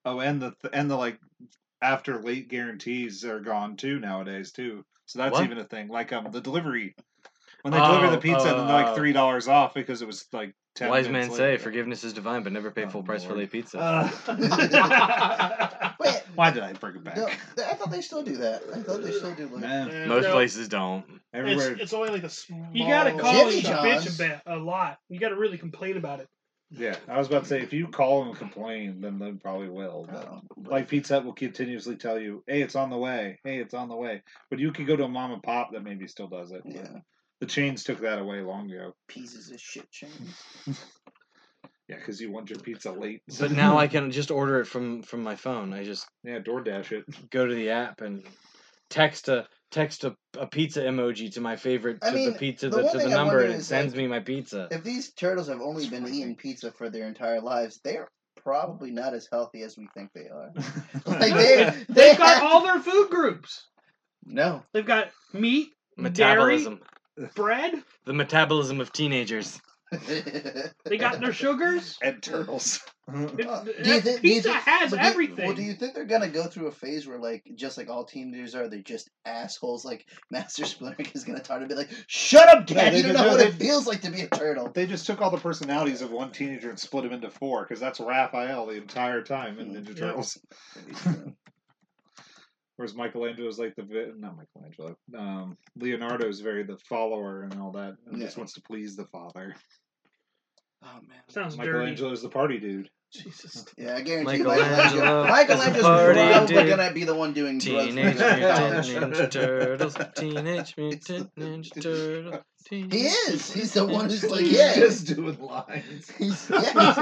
S1: oh, and the and the like after late guarantees are gone too nowadays too. So that's
S2: What?
S1: even a thing. Like um the delivery when they deliver
S2: Oh,
S1: the pizza, then they're
S2: oh.
S1: like three dollars off because it was like ten.
S2: Wise
S1: minutes
S2: men say
S1: later.
S2: forgiveness is divine, but never pay
S1: Oh,
S2: full price for
S1: Lord.
S2: late pizza.
S1: Uh,
S4: wait,
S1: Why did I bring it back?
S4: no, I thought they still do that. I thought they still do like.
S1: Man,
S3: And,
S2: Most
S3: no,
S2: places don't.
S3: It's,
S1: everywhere.
S3: it's only like a small.
S5: you gotta call
S4: Jimmy
S5: and
S4: John's.
S5: bitch a, bit, a lot. You gotta really complain about it.
S1: Yeah, I was about to say if you call and complain, then they probably will. But...
S4: Oh, but-
S1: Like Pizza Hut will continuously tell you, "Hey, it's on the way. Hey, it's on the way." But you can go to a mom and pop that maybe still does it. but
S4: yeah,
S1: The chains took that away long ago.
S4: pieces of shit chain.
S1: Yeah, because you want your pizza late.
S2: But now I can just order it from from my phone. I just
S1: yeah, DoorDash it.
S2: go to the app and text a text a, a pizza emoji to my favorite
S4: I
S2: to
S4: mean,
S2: the pizza
S4: the
S2: the,
S4: one
S2: to
S4: thing
S2: the
S4: I
S2: number
S4: wonder
S2: and it
S4: is,
S2: sends
S4: like,
S2: me my pizza.
S4: If these turtles have only been eating pizza for their entire lives, they're probably not as healthy as we think they are. Like they, they
S5: They've got
S4: have,
S5: all their food groups.
S4: no.
S5: They've got meat,
S2: Metabolism.
S5: bread.
S2: The metabolism of teenagers.
S5: They got their sugars.
S1: and turtles.
S5: It-
S4: Uh,
S5: it-
S4: do you thi- do you
S5: pizza
S4: thi-
S5: has
S4: but do you-
S5: everything.
S4: well, do you think they're gonna go through a phase where, like, just like all teenagers are, they're just assholes? Like Master Splinter is gonna try to be like, "Shut up,
S1: Yeah,
S4: Dad!
S1: they
S4: you don't
S1: could
S4: know
S1: do
S4: what it
S1: it.
S4: feels like to be a turtle."
S1: they just took all the personalities of one teenager and split him into four because that's Raphael the entire time in Ninja
S3: Yeah.
S1: Turtles. Whereas Michelangelo's like the vi- not Michelangelo. Um, Leonardo's very the follower and all that. And just
S4: Yeah.
S1: wants to please the father.
S4: Oh man.
S5: Sounds dirty.
S1: Michelangelo's the party dude.
S5: Jesus.
S4: Yeah, I guarantee
S2: Michelangelo
S4: Michelangelo.
S2: is a
S4: Michelangelo's
S2: party
S4: probably
S2: dude.
S4: gonna be the one doing drugs.
S1: Teenage
S2: Teenage Mutant Ninja Turtles. Teenage Mutant Ninja Turtles.
S4: He
S2: Teenage-
S4: is. He's the one who's like,
S1: He's
S4: yeah.
S1: just doing lines.
S4: He's, yeah, he's, he's,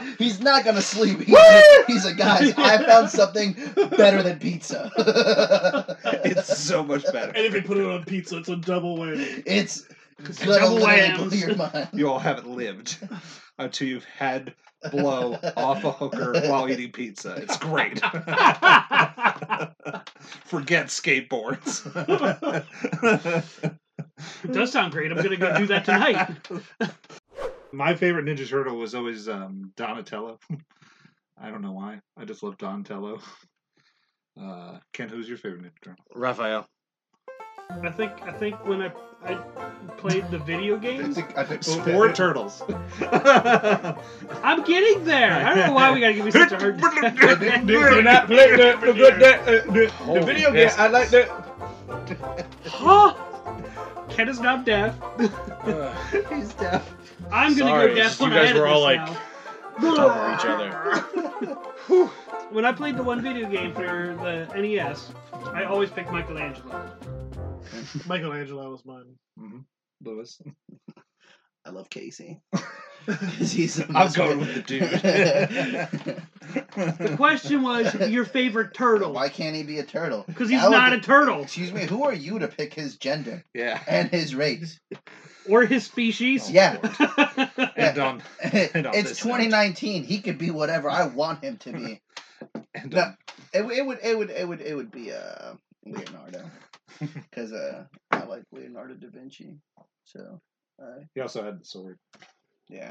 S4: gonna, he's not gonna sleep. He's, he's like, guys, I found something better than pizza.
S1: It's so much better.
S3: And if you put it on pizza, it's a double whammy.
S4: it's
S5: It's
S4: gonna
S5: double
S4: literally
S5: whams.
S4: blow your mind.
S1: you all haven't lived until you've had blow off a hooker while eating pizza. It's great. Forget skateboards.
S5: It does sound great. I'm gonna go do that tonight.
S1: My favorite Ninja Turtle was always um, Donatello. I don't know why. I just love Donatello. Uh, Ken, who's your favorite Ninja Turtle?
S2: Raphael.
S5: I think I think when I, I played the video games,
S4: think, I think,
S1: Four turtles. You're
S5: I'm getting there. I don't know why we gotta give you such a hard.
S4: not playing the, the,
S1: uh,
S4: the, the, the video game. I like the.
S5: Huh? Ken is not deaf.
S1: Uh,
S4: He's deaf.
S5: I'm gonna
S2: Sorry,
S5: go
S2: it's
S5: deaf
S2: just
S5: when
S2: you
S5: I
S2: guys
S5: edit
S2: were all,
S5: this
S2: like,
S5: now.
S2: double each other.
S5: When I played the one video game for the NES, I always picked Michelangelo.
S3: Michelangelo was mine.
S1: Lewis.
S4: I love Casey. 'Cause he's the
S1: I'm
S4: most-
S1: going with the dude.
S5: The question was your favorite turtle,
S4: Why can't he be a turtle?
S5: because he's
S4: That would
S5: not
S4: be-
S5: a turtle
S4: Excuse me, who are you to pick his gender
S1: yeah.
S4: and his race?
S5: or his species.
S4: Yeah. Oh.
S1: And on And on
S4: it's
S1: this
S4: 2019. He could be whatever I want him to be.
S1: and
S4: No.
S1: on,
S4: It, w- it would it would it would it would be uh Leonardo because uh I like Leonardo da Vinci. So uh,
S1: he also had the sword.
S4: yeah.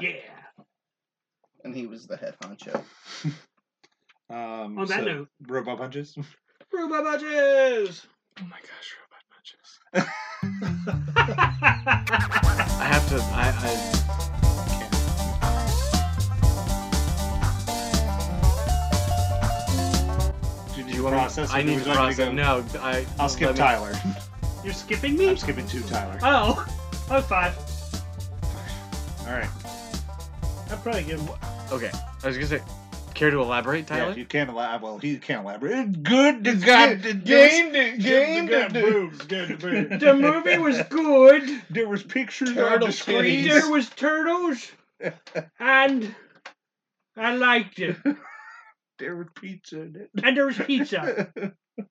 S5: yeah.
S4: and he was the head honcho.
S1: Um,
S5: On that
S1: so,
S5: note.
S1: robot punches.
S5: Robot punches.
S2: Oh my gosh, robot punches.
S5: I
S2: I have to. I. I
S1: Do you,
S2: Do you want
S1: process?
S2: me? I
S1: or
S2: need
S1: would
S2: to
S1: you like
S2: process.
S1: go-
S2: no, I.
S1: I'll skip
S2: let me-
S1: Tyler.
S5: You're skipping me?
S1: I'm skipping two Tyler.
S5: Oh, oh five.
S1: All right.
S3: I'd probably give him.
S2: Okay, I was gonna say. Care to elaborate,
S1: Yeah,
S2: Tyler?
S1: if you can't elaborate, well, he can't elaborate. Good to
S4: good.
S1: God, the
S4: Game
S1: game,
S3: Good boobs, good boobs.
S5: The movie was good.
S1: There was pictures on
S4: Turtle
S1: the screen.
S4: titties.
S5: There was turtles, and I liked it.
S1: There was pizza in
S5: And there was pizza.
S1: it.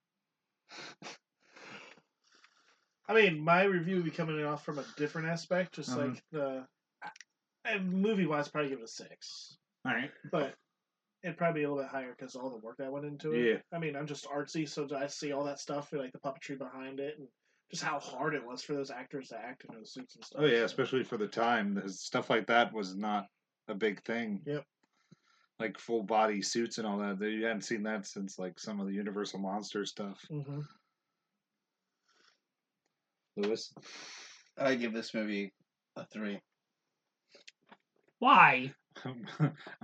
S3: I mean, my review would be coming off from a different aspect, just
S1: Uh-huh.
S3: like the movie wise, probably give it a six,
S1: All right.
S3: but it'd probably be a little bit higher because all the work that went into it.
S1: Yeah.
S3: I mean, I'm just artsy, so I see all that stuff and like the puppetry behind it and just how hard it was for those actors to act in those suits and stuff.
S1: Oh yeah,
S3: so.
S1: especially for the time, the- stuff like that was not a big thing.
S3: Yep.
S1: Like full body suits and all that. You hadn't seen that since like some of the Universal Monster stuff.
S5: Mm-hmm.
S3: Mhm.
S1: Lewis,
S4: I give this movie a three.
S5: Why?
S1: I'm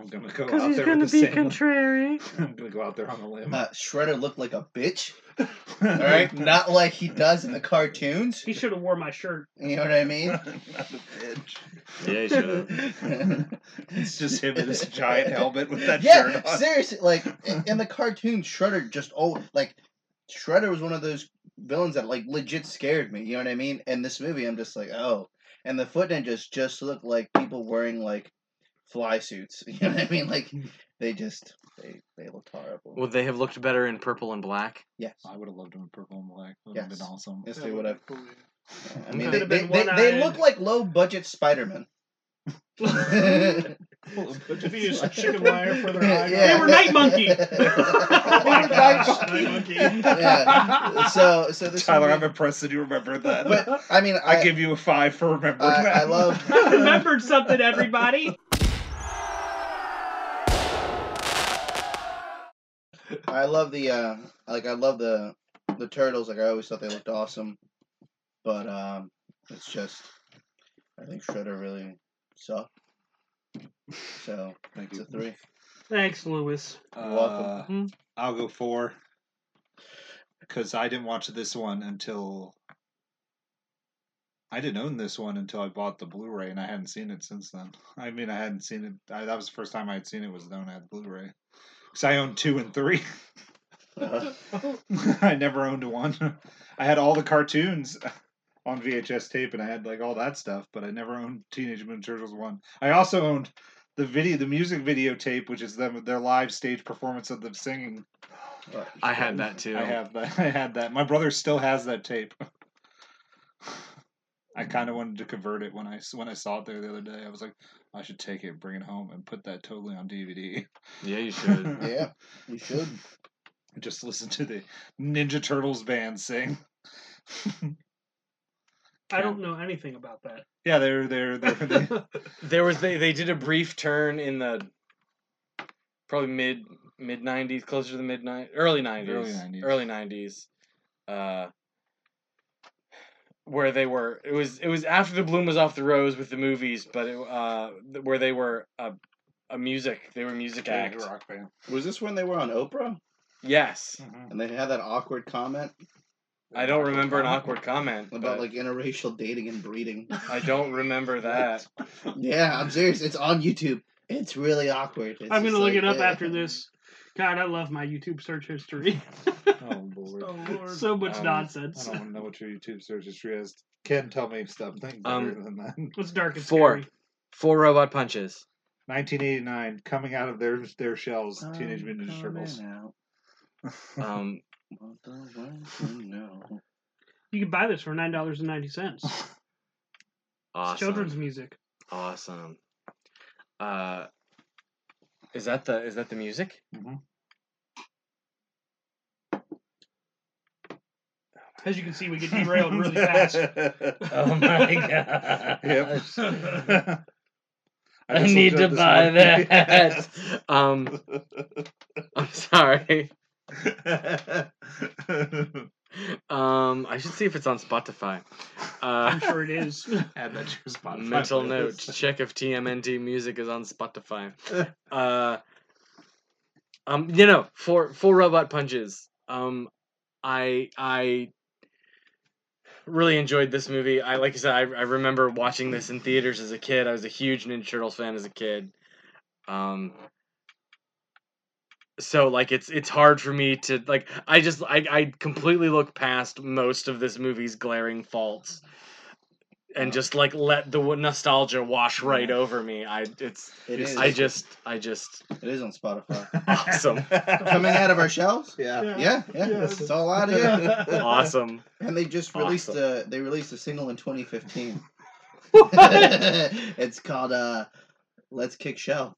S1: gonna go out there with the same.
S5: contrary.
S1: I'm gonna go out there on a limb.
S4: Uh, Shredder looked like a bitch.
S1: all
S4: All right, not like he does in the cartoons.
S5: He should have wore my shirt.
S4: You know what I mean?
S1: not a bitch.
S2: Yeah, you should've.
S1: It's just him in this giant helmet with that
S4: yeah,
S1: shirt on.
S4: seriously, like in, in the cartoon, Shredder just oh, like Shredder was one of those villains that like legit scared me. You know what I mean? And this movie, I'm just like oh, and the Foot Ninjas just look like people wearing like fly suits. You know what I mean? Like they just they they look horrible.
S2: Would they have looked better in purple and black?
S4: yes,
S1: I would have loved him in purple and black. That would have
S4: Yes.
S1: been awesome.
S4: yes,
S3: That
S4: they
S3: would've
S4: would have.
S3: been cool, yeah.
S4: I mean, they
S5: Could've
S4: they,
S5: been
S4: they, they
S5: one-eyed.
S4: look like low budget Spider Man.
S3: If you use chicken wire for their eye,
S5: They were night monkey.
S3: Oh my gosh,
S4: Night
S3: night
S4: monkey.
S3: monkey.
S4: yeah. So so this
S1: Tyler, I'm
S4: movie,
S1: impressed that you remembered that.
S4: but I mean
S1: I,
S4: I
S1: give you a five for remembering
S4: I,
S1: that.
S4: I love
S5: I remembered something, everybody.
S4: I love the uh like I love the the turtles like I always thought they looked awesome, but um it's just I think Shredder really sucked. So
S1: Thank
S4: it's a
S1: you.
S4: three.
S5: Thanks, Lewis.
S4: You're welcome.
S1: Uh,
S5: Hmm?
S1: I'll go four because I didn't watch this one until I didn't own this one until I bought the Blu-ray, and I hadn't seen it since then. I mean, I hadn't seen it. I, that was the first time I had seen it was when I had the Blu-ray because I owned two and three. Uh-huh.
S4: Uh,
S1: I never owned one. I had all the cartoons on VHS tape, and I had like all that stuff, but I never owned Teenage Mutant Turtles one. I also owned the video, the music videotape, which is them their live stage performance of them singing.
S2: I had that too.
S1: I have that. I had that. My brother still has that tape. I kind of wanted to convert it when I s- when I saw it there the other day. I was like, I should take it, bring it home, and put that totally on DVD.
S2: Yeah, you should.
S4: Yeah, you should.
S1: Just listen to the Ninja Turtles band sing.
S5: I don't know anything about that.
S1: Yeah, they're they're, they're they,
S2: There was they they did a brief turn in the probably mid mid nineties, closer to the mid nineties, early nineties,
S6: Early 90s.
S2: early nineties, uh, where they were. It was it was after the bloom was off the rose with the movies, but it, uh, th- where they were a, a music they were a music
S1: they're
S2: act.
S1: a rock band.
S4: Was this when they were on Oprah
S2: Yes,
S1: Mhm.
S4: and they had that awkward comment
S2: I don't remember an awkward comment
S4: about
S2: but
S1: Uh,
S4: like interracial dating and breeding?
S2: I don't remember that.
S4: yeah, I'm serious. It's on YouTube. It's really awkward. It's
S5: I'm gonna
S4: just
S5: look
S4: like,
S5: it up
S4: eh.
S5: after this. God, I love my YouTube search history.
S1: Oh lord.
S3: Oh, Lord.
S5: so much
S2: Um,
S1: I
S5: nonsense.
S1: don't want to know what your YouTube search history is. Ken, tell me something better
S2: Um,
S1: than that.
S5: It's dark and
S2: Four.
S5: scary.
S2: Four robot punches.
S1: 1989, coming out of their their shells,
S5: Oh,
S1: Teenage Mutant Ninja
S4: eh, Coming
S1: Turtles.
S4: out,
S2: Um,
S4: what the world you know.
S5: You can buy this for nine dollars and ninety cents.
S2: awesome.
S5: It's children's music.
S2: Awesome. Uh, is that the is that the music?
S5: As you can see, we get derailed really fast.
S6: Oh my god.
S1: Yep.
S6: I
S1: just
S6: need
S1: looked it
S6: to
S1: up this
S6: buy
S1: morning.
S6: that.
S2: Um, I'm sorry. Um, I should see if it's on Spotify. Uh,
S5: I'm sure it is.
S1: Add that to your Spotify
S2: mental note:
S1: playlist.
S2: check if TMNT music is on Spotify. Uh, um, you know, four four robot punches. Um, I I really enjoyed this movie. I like I said, I, I remember watching this in theaters as a kid. I was a huge Ninja Turtles fan as a kid. Um, so like it's it's hard for me to like I just I I completely look past most of this movie's glaring faults. And just like let the w- nostalgia wash right
S4: Yeah.
S2: over me. I it's
S4: It
S1: It's-
S4: is.
S2: I just I just
S4: it is on Spotify.
S2: Awesome.
S4: Coming out of our shelves.
S1: Yeah.
S4: Yeah, yeah,
S3: Yeah.
S4: it's all out of here.
S2: awesome.
S4: And they just released
S2: Awesome.
S4: a they released a single in 2015.
S2: What?
S4: it's called uh, "Let's Kick Shell."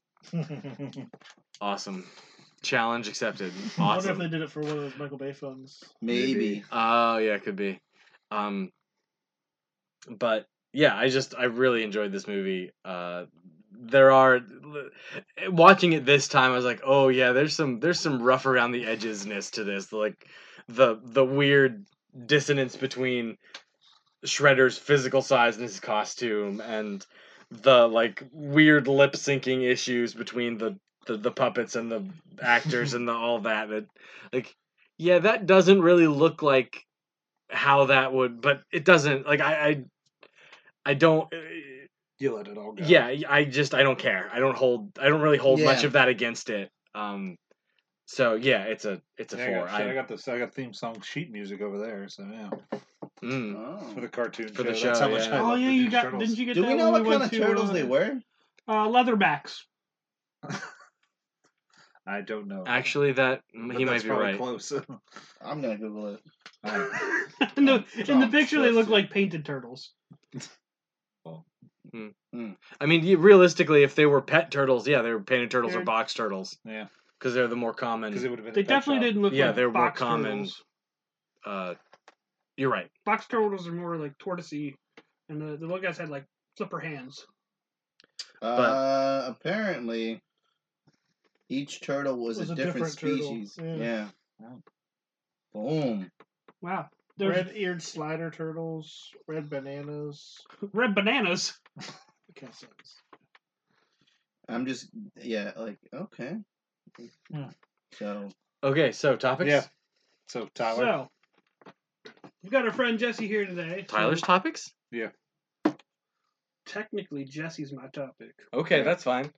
S2: Awesome. Challenge accepted.
S3: I wonder if
S2: Awesome.
S3: they did it for one of those Michael Bay films.
S4: Maybe.
S1: Maybe.
S2: Oh yeah, it could be. Um but yeah, I just I really enjoyed this movie. Uh there are eh, watching it this time I was like, "Oh yeah, there's some there's some rough around the edgesness to this. Like the the weird dissonance between Shredder's physical size and his costume and the like weird lip syncing issues between the, the the puppets and the actors and the all that that like yeah that doesn't really look like how that would but it doesn't like i i, I don't uh,
S1: You let it all go.
S2: yeah i just i don't care i don't hold i don't really hold much
S4: Yeah.
S2: of that against it um so yeah it's a it's a
S1: Yeah, I
S2: four
S1: got, shit, I,
S2: I,
S1: got this. I got theme song sheet music over there. So yeah,
S2: mm,
S1: for
S4: Oh.
S1: the cartoon
S2: For the
S1: show, that's
S2: show,
S1: how much
S2: yeah.
S1: I
S5: oh
S1: love
S5: yeah,
S1: the
S5: you
S1: Ninja
S5: got.
S1: Turtles.
S5: Didn't you get
S4: Do
S5: that?
S4: we know
S5: when
S4: what
S5: went
S4: kind of
S5: to,
S4: turtles
S5: uh,
S4: they were?
S5: Uh, leatherbacks.
S1: I don't know.
S2: actually that
S1: But
S2: he might
S1: that's
S2: be
S1: probably
S2: right
S1: Close.
S4: Um, I'm gonna Google it.
S5: in the, in the
S4: John
S5: picture, they look
S4: Swartzen.
S5: like painted turtles.
S2: i mean you- realistically if they were pet turtles yeah they were painted turtles or
S5: They're-
S2: box turtles
S1: Mm. yeah,
S2: because they're the more common
S1: because it would have been.
S5: They
S1: the pet
S5: definitely
S1: shop.
S5: didn't look
S2: Yeah,
S5: like
S2: they're more
S5: box
S2: common.
S5: turtles.
S2: uh you're right
S5: Box turtles are more like tortoisey, and the, the little guys had like flipper hands.
S4: Uh, apparently, each turtle was,
S3: Was
S4: a,
S3: a
S4: different,
S3: different turtle,
S4: species.
S3: yeah.
S4: Yeah. Boom.
S5: Wow, there's red,
S3: Red-eared slider turtles, red bananas.
S5: bananas.
S3: I can't say this.
S4: I'm just yeah like okay.
S1: Hmm.
S4: So
S2: okay so topics
S1: Yeah. Mm-hmm. So Tyler,
S5: So we got our friend Jesse here today. so
S2: tyler's topics
S5: technically Jesse's my topic.
S2: okay that's fine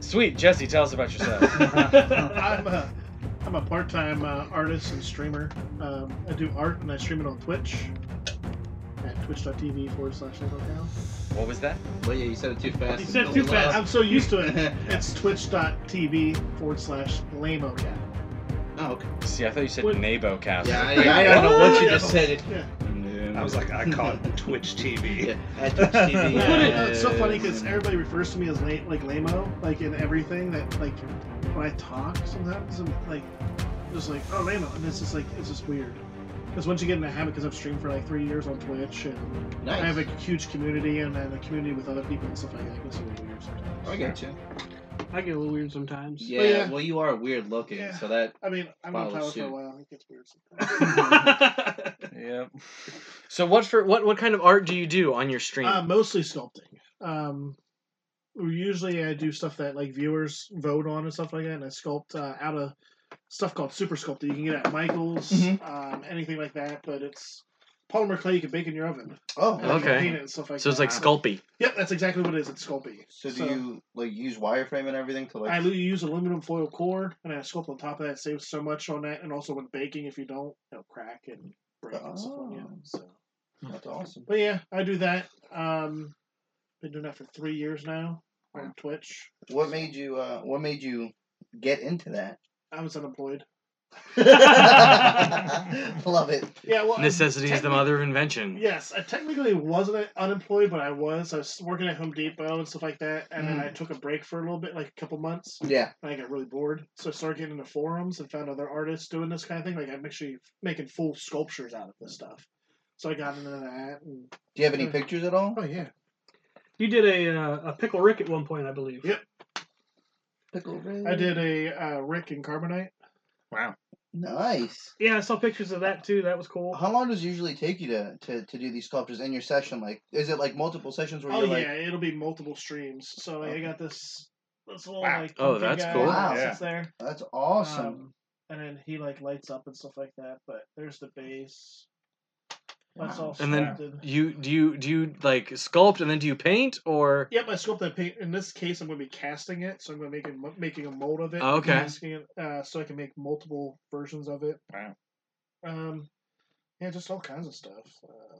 S2: Sweet, Jesse, tell us about yourself.
S3: Um, I'm a, I'm a part-time uh, artist and streamer. Um, I do art and I stream it on Twitch at twitch.tv forward slash Nintendo.
S2: what was that?
S4: well yeah you said it too fast.
S5: You said too fast.
S3: I'm so used to it. It's twitch.tv forward slash lame cat.
S4: oh okay.
S2: See, I thought you said
S5: What-
S2: Nabo Castle.
S4: Yeah I, I don't know what you just said. It.
S3: Yeah.
S4: Yeah.
S2: and
S1: I was like, I caught Twitch TV.
S4: Yeah, at Twitch TV.
S3: Yeah,
S4: yeah,
S3: yeah,
S4: yeah,
S3: uh, it's so
S4: yeah,
S3: funny
S4: yeah.
S3: because everybody refers to me as la- like lameo, like in everything that like when I talk sometimes, I'm like just like oh lameo, and it's just like it's just weird. Because once you get in the habit, because I've streamed for like three years on Twitch, and I have
S4: Nice.
S3: a huge community, and I have a community with other people and stuff like that. It's really weird sometimes.
S4: I got you.
S5: I get a little weird sometimes.
S4: Yeah,
S3: yeah.
S4: well, you are weird looking,
S3: Yeah.
S4: so that
S3: I mean, I'm
S4: Wow,
S3: on power for
S4: shoot.
S3: a while. It gets weird sometimes.
S5: I
S2: yeah. So what for what what kind of art do you do on your stream?
S3: uh, mostly sculpting. Um, usually I do stuff that like viewers vote on and stuff like that, and I sculpt uh, out of stuff called super sculpt that you can get at Michaels,
S2: Mm-hmm.
S4: Mhm.
S3: um, anything like that. But it's polymer clay you can bake in your oven.
S4: oh
S3: And you can
S2: Okay.
S3: paint it and stuff like
S2: so it's
S3: that.
S2: like Sculpey.
S3: Yep, that's exactly what it is. It's sculpy.
S4: So do you like use wireframe and everything to like?
S3: I literally use aluminum foil core, and I sculpt on top of that. Saves so much on that, and also when baking, if you don't, it'll crack and break and stuff on you.
S4: Oh.
S3: So.
S4: That's awesome.
S3: But yeah, I do that. Um, been doing that for three years now on Twitch.
S4: What made you? Uh, what made you get into that?
S3: I was unemployed.
S4: Love it.
S3: Yeah, well, I-
S2: Necessity is the
S3: techni-
S2: mother of invention.
S3: Yes, I technically wasn't unemployed, but I was. I was working at Home Depot and stuff like that, and then
S4: Mm.
S3: I took a break for a little bit, like a couple months,
S4: Yeah.
S3: and I got really bored. So I started getting into forums and found other artists doing this kind of thing. Like I'm actually making full sculptures out of this stuff. So I got into that. And,
S4: Do you have any pictures at all?
S3: oh yeah,
S5: You did a uh, a pickle Rick at one point, I believe.
S3: Yep.
S4: Pickle
S3: I did a uh, Rick and Carbonite.
S1: Wow.
S4: Nice.
S5: Yeah, I saw pictures of that too. That was cool.
S4: How long does it usually take you to, to, to do these sculptures in your session? Like, is it like multiple sessions where
S3: Oh
S4: you're
S3: yeah,
S4: like,
S3: it'll be multiple streams. So like, I
S4: Okay.
S3: got this this little
S1: Wow.
S3: like
S2: Oh,
S3: pumpkin
S2: that's
S3: guy
S2: cool.
S4: Wow.
S3: that
S1: Yeah.
S3: sits there.
S4: that's awesome?
S3: Um, and then he like lights up and stuff like that. But there's the base. That's all.
S2: And then-
S3: sculpted.
S2: You do you do you like sculpt and then do you paint or
S3: Yep, I sculpted that paint. In this case, I'm going to be casting it, so I'm going to make it, making a mold of it.
S2: Oh, okay.
S3: Casting it, uh, so I can make multiple versions of it.
S1: Wow.
S3: Um, yeah, just all kinds of stuff. Uh,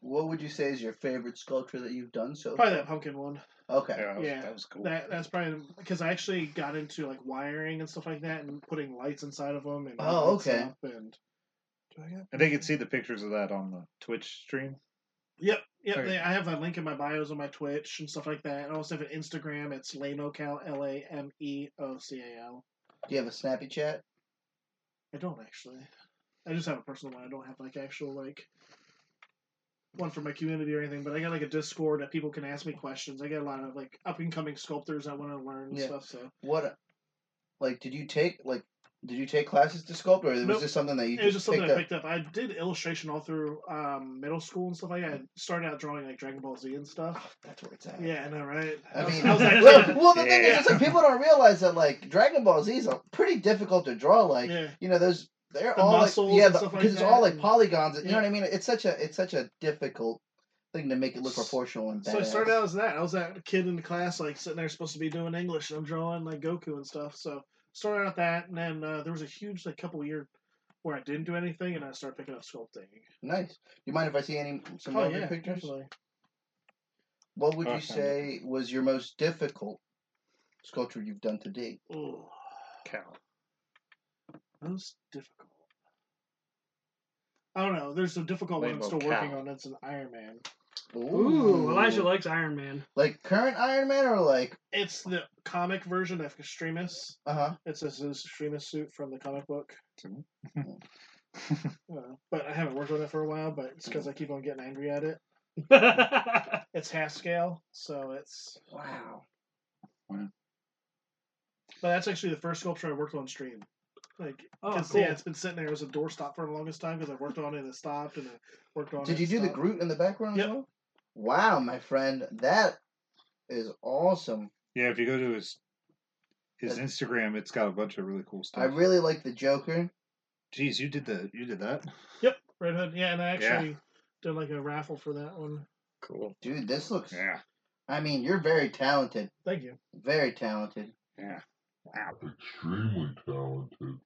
S4: what would you say is your favorite sculpture that you've done so?
S3: probably that pumpkin one.
S4: far? Okay.
S1: Yeah, that was,
S3: Yeah.
S1: That was cool.
S3: That that's probably because I actually got into like wiring and stuff like that, and putting lights inside of them. And
S4: Oh,
S3: lights
S4: okay.
S3: up And do I have?
S1: And they could see the pictures of that on the Twitch stream.
S3: Yep, yep.
S1: Okay.
S3: They, I have a link in my bios on my Twitch and stuff like that. I also have an Instagram. It's Lameocal, L A M E O C A L.
S4: Do you have a snappy chat?
S3: I don't actually. I just have a personal one. I don't have like actual like one for my community or anything. But I got like a Discord that people can ask me questions. I get a lot of like up and coming sculptors I want to learn and
S4: Yeah.
S3: stuff. So
S4: What, like, did you take like, did you take classes to sculpt, or was
S3: Nope.
S4: this something that you
S3: it was just
S4: just
S3: something
S4: picked
S3: I
S4: up?
S3: picked up. I did illustration all through um, middle school and stuff like that. I started out drawing like Dragon Ball Z and stuff.
S4: That's where it's at.
S3: Yeah, I know, right?
S4: Oh, I
S3: was-
S4: mean,
S3: was actually-
S4: well, well, the thing is, it's
S1: Yeah.
S4: like people don't realize that like Dragon Ball Z is uh, pretty difficult to draw. Like,
S3: yeah.
S4: you know, those they're
S3: The
S4: all like,
S3: muscles
S4: yeah,
S3: and
S4: because
S3: stuff like
S4: it's all
S3: that
S4: like
S3: and-
S4: polygons. You
S3: yeah.
S4: know what I mean? It's such a it's such a difficult thing to make it look proportional and badass.
S3: So I started out as that. I was that kid in the class, like sitting there supposed to be doing English, and I'm drawing like Goku and stuff. So started out that, and then uh, there was a huge like couple year where I didn't do anything, and I started picking up sculpting. Oh,
S4: nice. You mind if I see any some of your pictures?
S3: definitely.
S4: What would
S1: Oh,
S4: you
S1: I found it.
S4: say was your most difficult sculpture you've done to date?
S3: Ooh,
S1: Cow.
S3: most difficult. I don't know. There's a difficult one I'm
S1: Rainbow
S3: still working
S1: cow.
S3: on. It's an Iron Man.
S5: Ooh, Elijah likes Iron Man.
S4: Like current Iron Man or like
S3: It's the comic version of Extremis.
S4: uh huh.
S3: It's his Extremis suit from the comic book. Uh, but I haven't worked on it for a while, but it's because I keep on getting angry at it. It's half scale, so it's.
S4: Wow.
S3: But that's actually the first sculpture I worked on stream. Like,
S5: oh,
S3: 'cause,
S5: cool.
S3: yeah, it's been sitting there as a doorstop for the longest time because I worked on it and it stopped and I worked on it.
S4: Did you
S3: and
S4: do the
S3: stopped.
S4: Groot in the background
S3: Yep.
S4: as well? Wow, my friend, that is awesome.
S1: Yeah, if you go to his his
S4: That-
S1: Instagram, it's got a bunch of really cool stuff.
S4: I really like the Joker.
S1: Jeez, you did the you did that.
S3: Red Hood, yeah, and I actually did like a raffle for that one.
S2: cool.
S4: Dude, this looks
S1: Yeah.
S4: I mean, you're very talented.
S3: Thank you.
S4: Very talented.
S1: Yeah. Wow.
S7: extremely talented.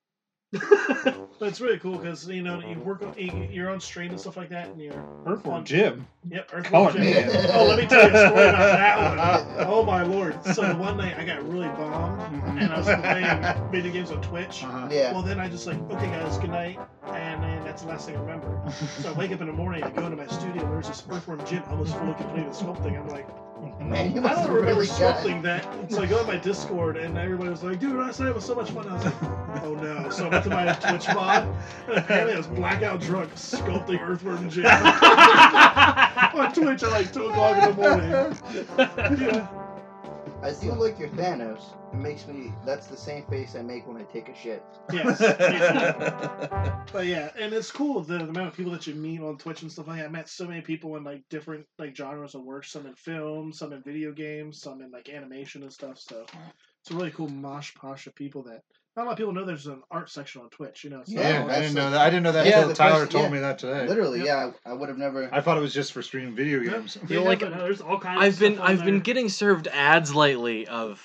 S3: But it's really cool because, you know, you work on, you- you're on stream and stuff like that and you're.
S1: Earthworm
S3: on-
S1: Jim.
S3: Yep, Earth
S1: Call it
S3: Jim.
S1: me.
S3: Oh, let me tell you a story about that one. Oh my lord! So one night I got really bombed, and I was playing video games on Twitch.
S1: Uh-huh.
S4: Yeah.
S3: Well, then I just like, okay, guys, good night, and then I That's the last thing I remember. So I wake up in the morning, I go into my studio, and there's this earthworm jim almost fully completed sculpting. I'm like,
S4: Man, you must
S3: I don't
S4: have
S3: remember
S4: really
S3: sculpting
S4: got.
S3: that. So I go on my Discord, and everybody was like, dude, last night was so much fun. I was like, oh no. So I went to my Twitch mod, and apparently I was blackout drunk sculpting earthworm jim on Twitch at like 2 o'clock in the morning. Yeah.
S4: I feel like you're Thanos. It makes me. That's the same face I make when I take a shit.
S3: Yes. yes. But yeah, and it's cool the, the amount of people that you meet on Twitch and stuff like that. I met so many people in like different like genres of work, some in film, some in video games, some in like animation and stuff. So it's a really cool mosh posh of people that not a lot of people know there's an art section on Twitch, you know. So
S4: Yeah,
S1: Yeah, I
S4: that's
S1: didn't know
S4: like-
S1: that. I didn't know that
S4: Yeah,
S1: until
S4: the
S1: Tyler
S4: first-
S1: told
S4: yeah.
S1: me that today.
S4: Literally, yeah. I, I would have never.
S1: I thought it was just for streaming video
S3: Yeah.
S1: games.
S5: Yeah,
S2: like-
S5: but, uh, there's all kinds.
S2: I've been
S5: of stuff on
S2: I've been
S5: there.
S2: getting served ads lately of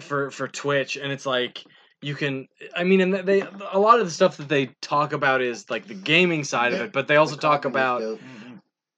S2: for for Twitch, and it's like you can. I mean, and they a lot of the stuff that they talk about is like the gaming side of
S4: Yeah.
S2: it, but they also
S4: the
S2: talk
S4: coffee was
S2: about
S4: dope.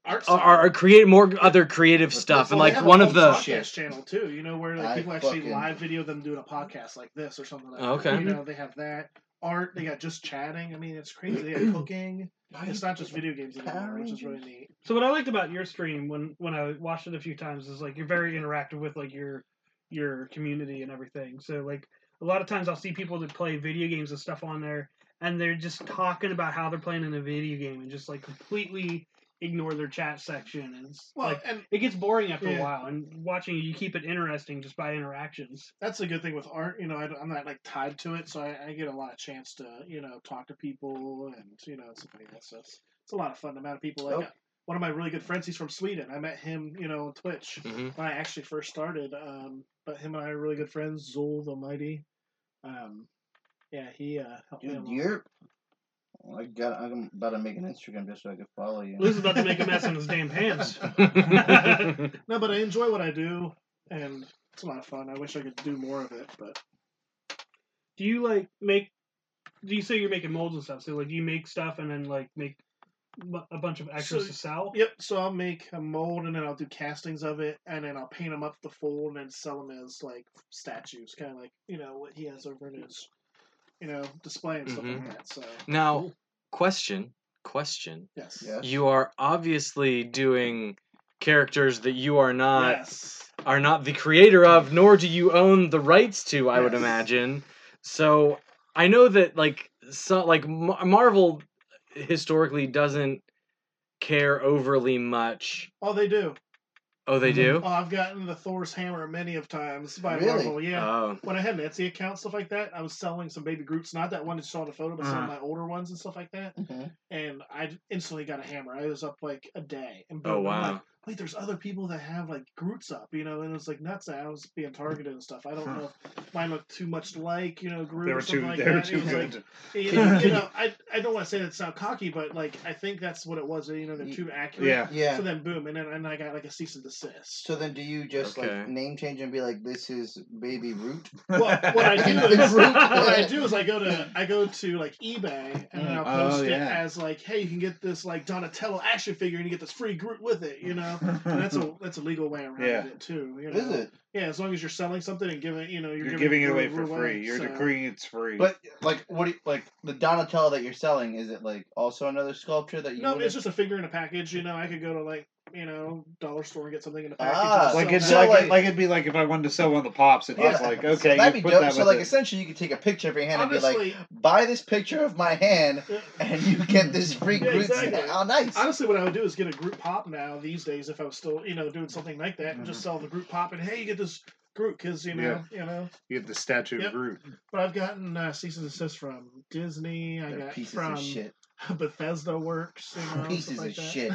S3: art
S2: or, or create more other creative
S4: But
S2: stuff,
S4: that's
S2: and
S4: all they
S2: like
S4: have
S2: one
S4: on
S2: of the
S4: Shit.
S3: podcast channel too, you know, where like
S4: I
S3: people actually
S4: fucking- Mm-hmm.
S3: live video them doing a podcast like this or something like
S2: Okay.
S3: that. You know, they have that. Art, they got just chatting. I mean, it's crazy. They got cooking. It's not just video games anymore, which is really neat.
S5: So what I liked about your stream when when I watched it a few times is like you're very interactive with like your your community and everything. So like a lot of times I'll see people that play video games and stuff on there and they're just talking about how they're playing in a video game and just like completely ignore their chat section and it's
S3: Well,
S5: like
S3: and
S5: it gets boring after
S3: Yeah.
S5: a while and watching you keep it interesting just by interactions.
S3: that's a good thing with art. You know, I, am not like tied to it, so I, I get a lot of chance to you know talk to people and you know it's like that. So it's, it's a lot of fun. The amount of people like uh,
S4: Oh.
S3: one of my really good friends. He's from Sweden. I met him you know on Twitch
S2: Mhm.
S3: when I actually first started. Um, but him and I are really good friends. Zul the Mighty. Um, yeah, he uh, helped me
S4: Dude,
S3: along.
S4: you're. I got. I'm about to make an Instagram just so I can follow you.
S5: Lou's about to make a mess on his damn hands.
S3: No, but I enjoy what I do, and it's a lot of fun. I wish I could do more of it, but
S5: Do you like make? Do you say you're making molds and stuff? So like, do you make stuff and then like make bu- a bunch of extras
S3: So-
S5: to sell?
S3: Yep. So I'll make a mold and then I'll do castings of it and then I'll paint them up the full and then sell them as like statues, kind of like you know what he has over in his, you know, display and stuff
S2: Mhm.
S3: like that. So
S2: now question question.
S3: yes,
S4: Yes.
S2: You are obviously doing characters that you are not
S3: yes.
S2: are not the creator of, nor do you own the rights to. I would
S3: Yes.
S2: imagine. So I know that like so, like Mar- Marvel historically doesn't care overly much.
S3: Oh, they do.
S2: Oh, they do.
S3: Oh, I've gotten the Thor's hammer many of times by
S4: Really?
S3: Marvel. Yeah.
S2: Oh,
S3: when I had an Etsy account, stuff like that, I was selling some baby groups, not that one that you saw in the photo, but some
S2: Uh-huh.
S3: of my older ones and stuff like that.
S4: Mhm.
S3: And I instantly got a hammer. I was up like a day. And boom,
S2: oh
S3: I'm like,
S2: wow.
S3: wait, there's other people that have like Groots up, you know, and it's like nuts. I was being targeted and stuff. I don't know if mine looked too much like, you know, Groot
S1: They
S3: or
S1: were
S3: something
S1: too.
S3: like
S1: they
S3: that.
S1: were
S3: It
S1: too
S3: was like-
S1: good.
S3: you
S1: Can you-
S3: know,
S1: can
S3: you know, I, I don't want to say that it's not cocky, but like I think that's what it was. You know, they're too accurate.
S1: yeah.
S4: Yeah.
S3: So then boom, and then and I got like a cease and desist.
S4: So then, do you just like
S2: Okay.
S4: name change and be like, "This is Baby Root"?
S3: Well, what I do
S4: It's
S3: is
S4: Groot.
S3: what I do is I go to I go to like eBay and then I'll
S1: Mm. Oh,
S3: post it
S1: yeah.
S3: as like, hey, you can get this like Donatello action figure and you get this free Groot with it, you know. And that's a that's a legal way around
S1: Yeah.
S3: it too. You know?
S4: Is it?
S3: Yeah, as long as you're selling something and giving, you know, you're,
S1: You're, giving it away
S3: your-
S1: for
S3: your
S1: free. You're
S3: so-
S1: decreeing it's free.
S4: But like, what? Do you, like the Donatello that you're selling? Is it like also another sculpture that you?
S3: No,
S4: would
S3: it's
S4: have-
S3: just a figure in a package. You know, I could go to like you know dollar store and get something in a package.
S4: Ah,
S3: and
S1: like
S3: sell
S1: it's
S4: so,
S3: that.
S1: uh, like,
S4: like-
S1: like it'd be like if I wanted to sell one of the pops, it's
S4: Yeah.
S1: just like
S4: So
S1: okay,
S4: that'd
S1: you
S4: be
S1: put
S4: dope.
S1: that
S4: so
S1: with
S4: like,
S1: it.
S4: essentially, you could take a picture of your hand and be like,
S3: honestly,
S4: "Buy this picture of my hand,
S3: yeah,
S4: and you get this free
S3: Yeah,
S4: Groot."
S3: exactly.
S4: snack." Oh, nice.
S3: uh, honestly, what I would do is get a group pop now these days if I was still you know doing something like that and just
S1: Mhm.
S3: sell the group pop and hey, you get this group because you know you know.
S1: You have the statue
S3: Yep.
S1: of Groot.
S3: But I've gotten uh, cease and desist from Disney. I
S4: They're
S3: got
S4: pieces
S3: from
S4: of shit.
S3: Bethesda Works. You know, stuff
S4: Pieces
S3: like
S4: of
S3: that.
S4: shit.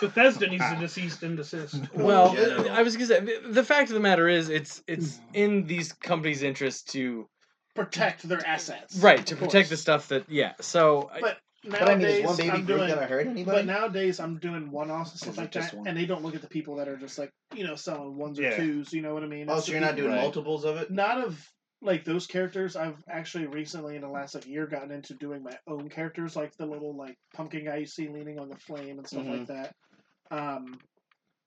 S5: Bethesda needs to decease and desist.
S2: Well,
S4: Yeah.
S2: th- I was gonna say th- the fact of the matter is, it's
S3: Hmm.
S2: it's in these companies' interest to
S3: Protect their assets.
S2: right to
S3: of
S2: protect the
S3: course.
S2: stuff that yeah. So I-
S3: But
S4: But I mean,
S3: Nowadays,
S4: is one baby
S3: I'm
S4: Groot
S3: doing
S4: gonna hurt
S3: But
S4: anybody?
S3: nowadays, I'm doing one-offs and
S1: Is
S3: stuff
S1: it
S3: like
S1: just
S3: that,
S1: one?
S3: and they don't look at the people that are just like you know selling ones or
S1: Yeah.
S3: twos. You know what I mean?
S4: Oh,
S3: It's
S4: so
S3: the
S4: you're not
S3: people-
S4: doing
S1: Right.
S4: multiples of it?
S3: Not of like those characters. I've actually recently in the last like year gotten into doing my own characters,
S4: Mm-hmm.
S3: like the little like pumpkin guy you see leaning on the flame and stuff like that. Um,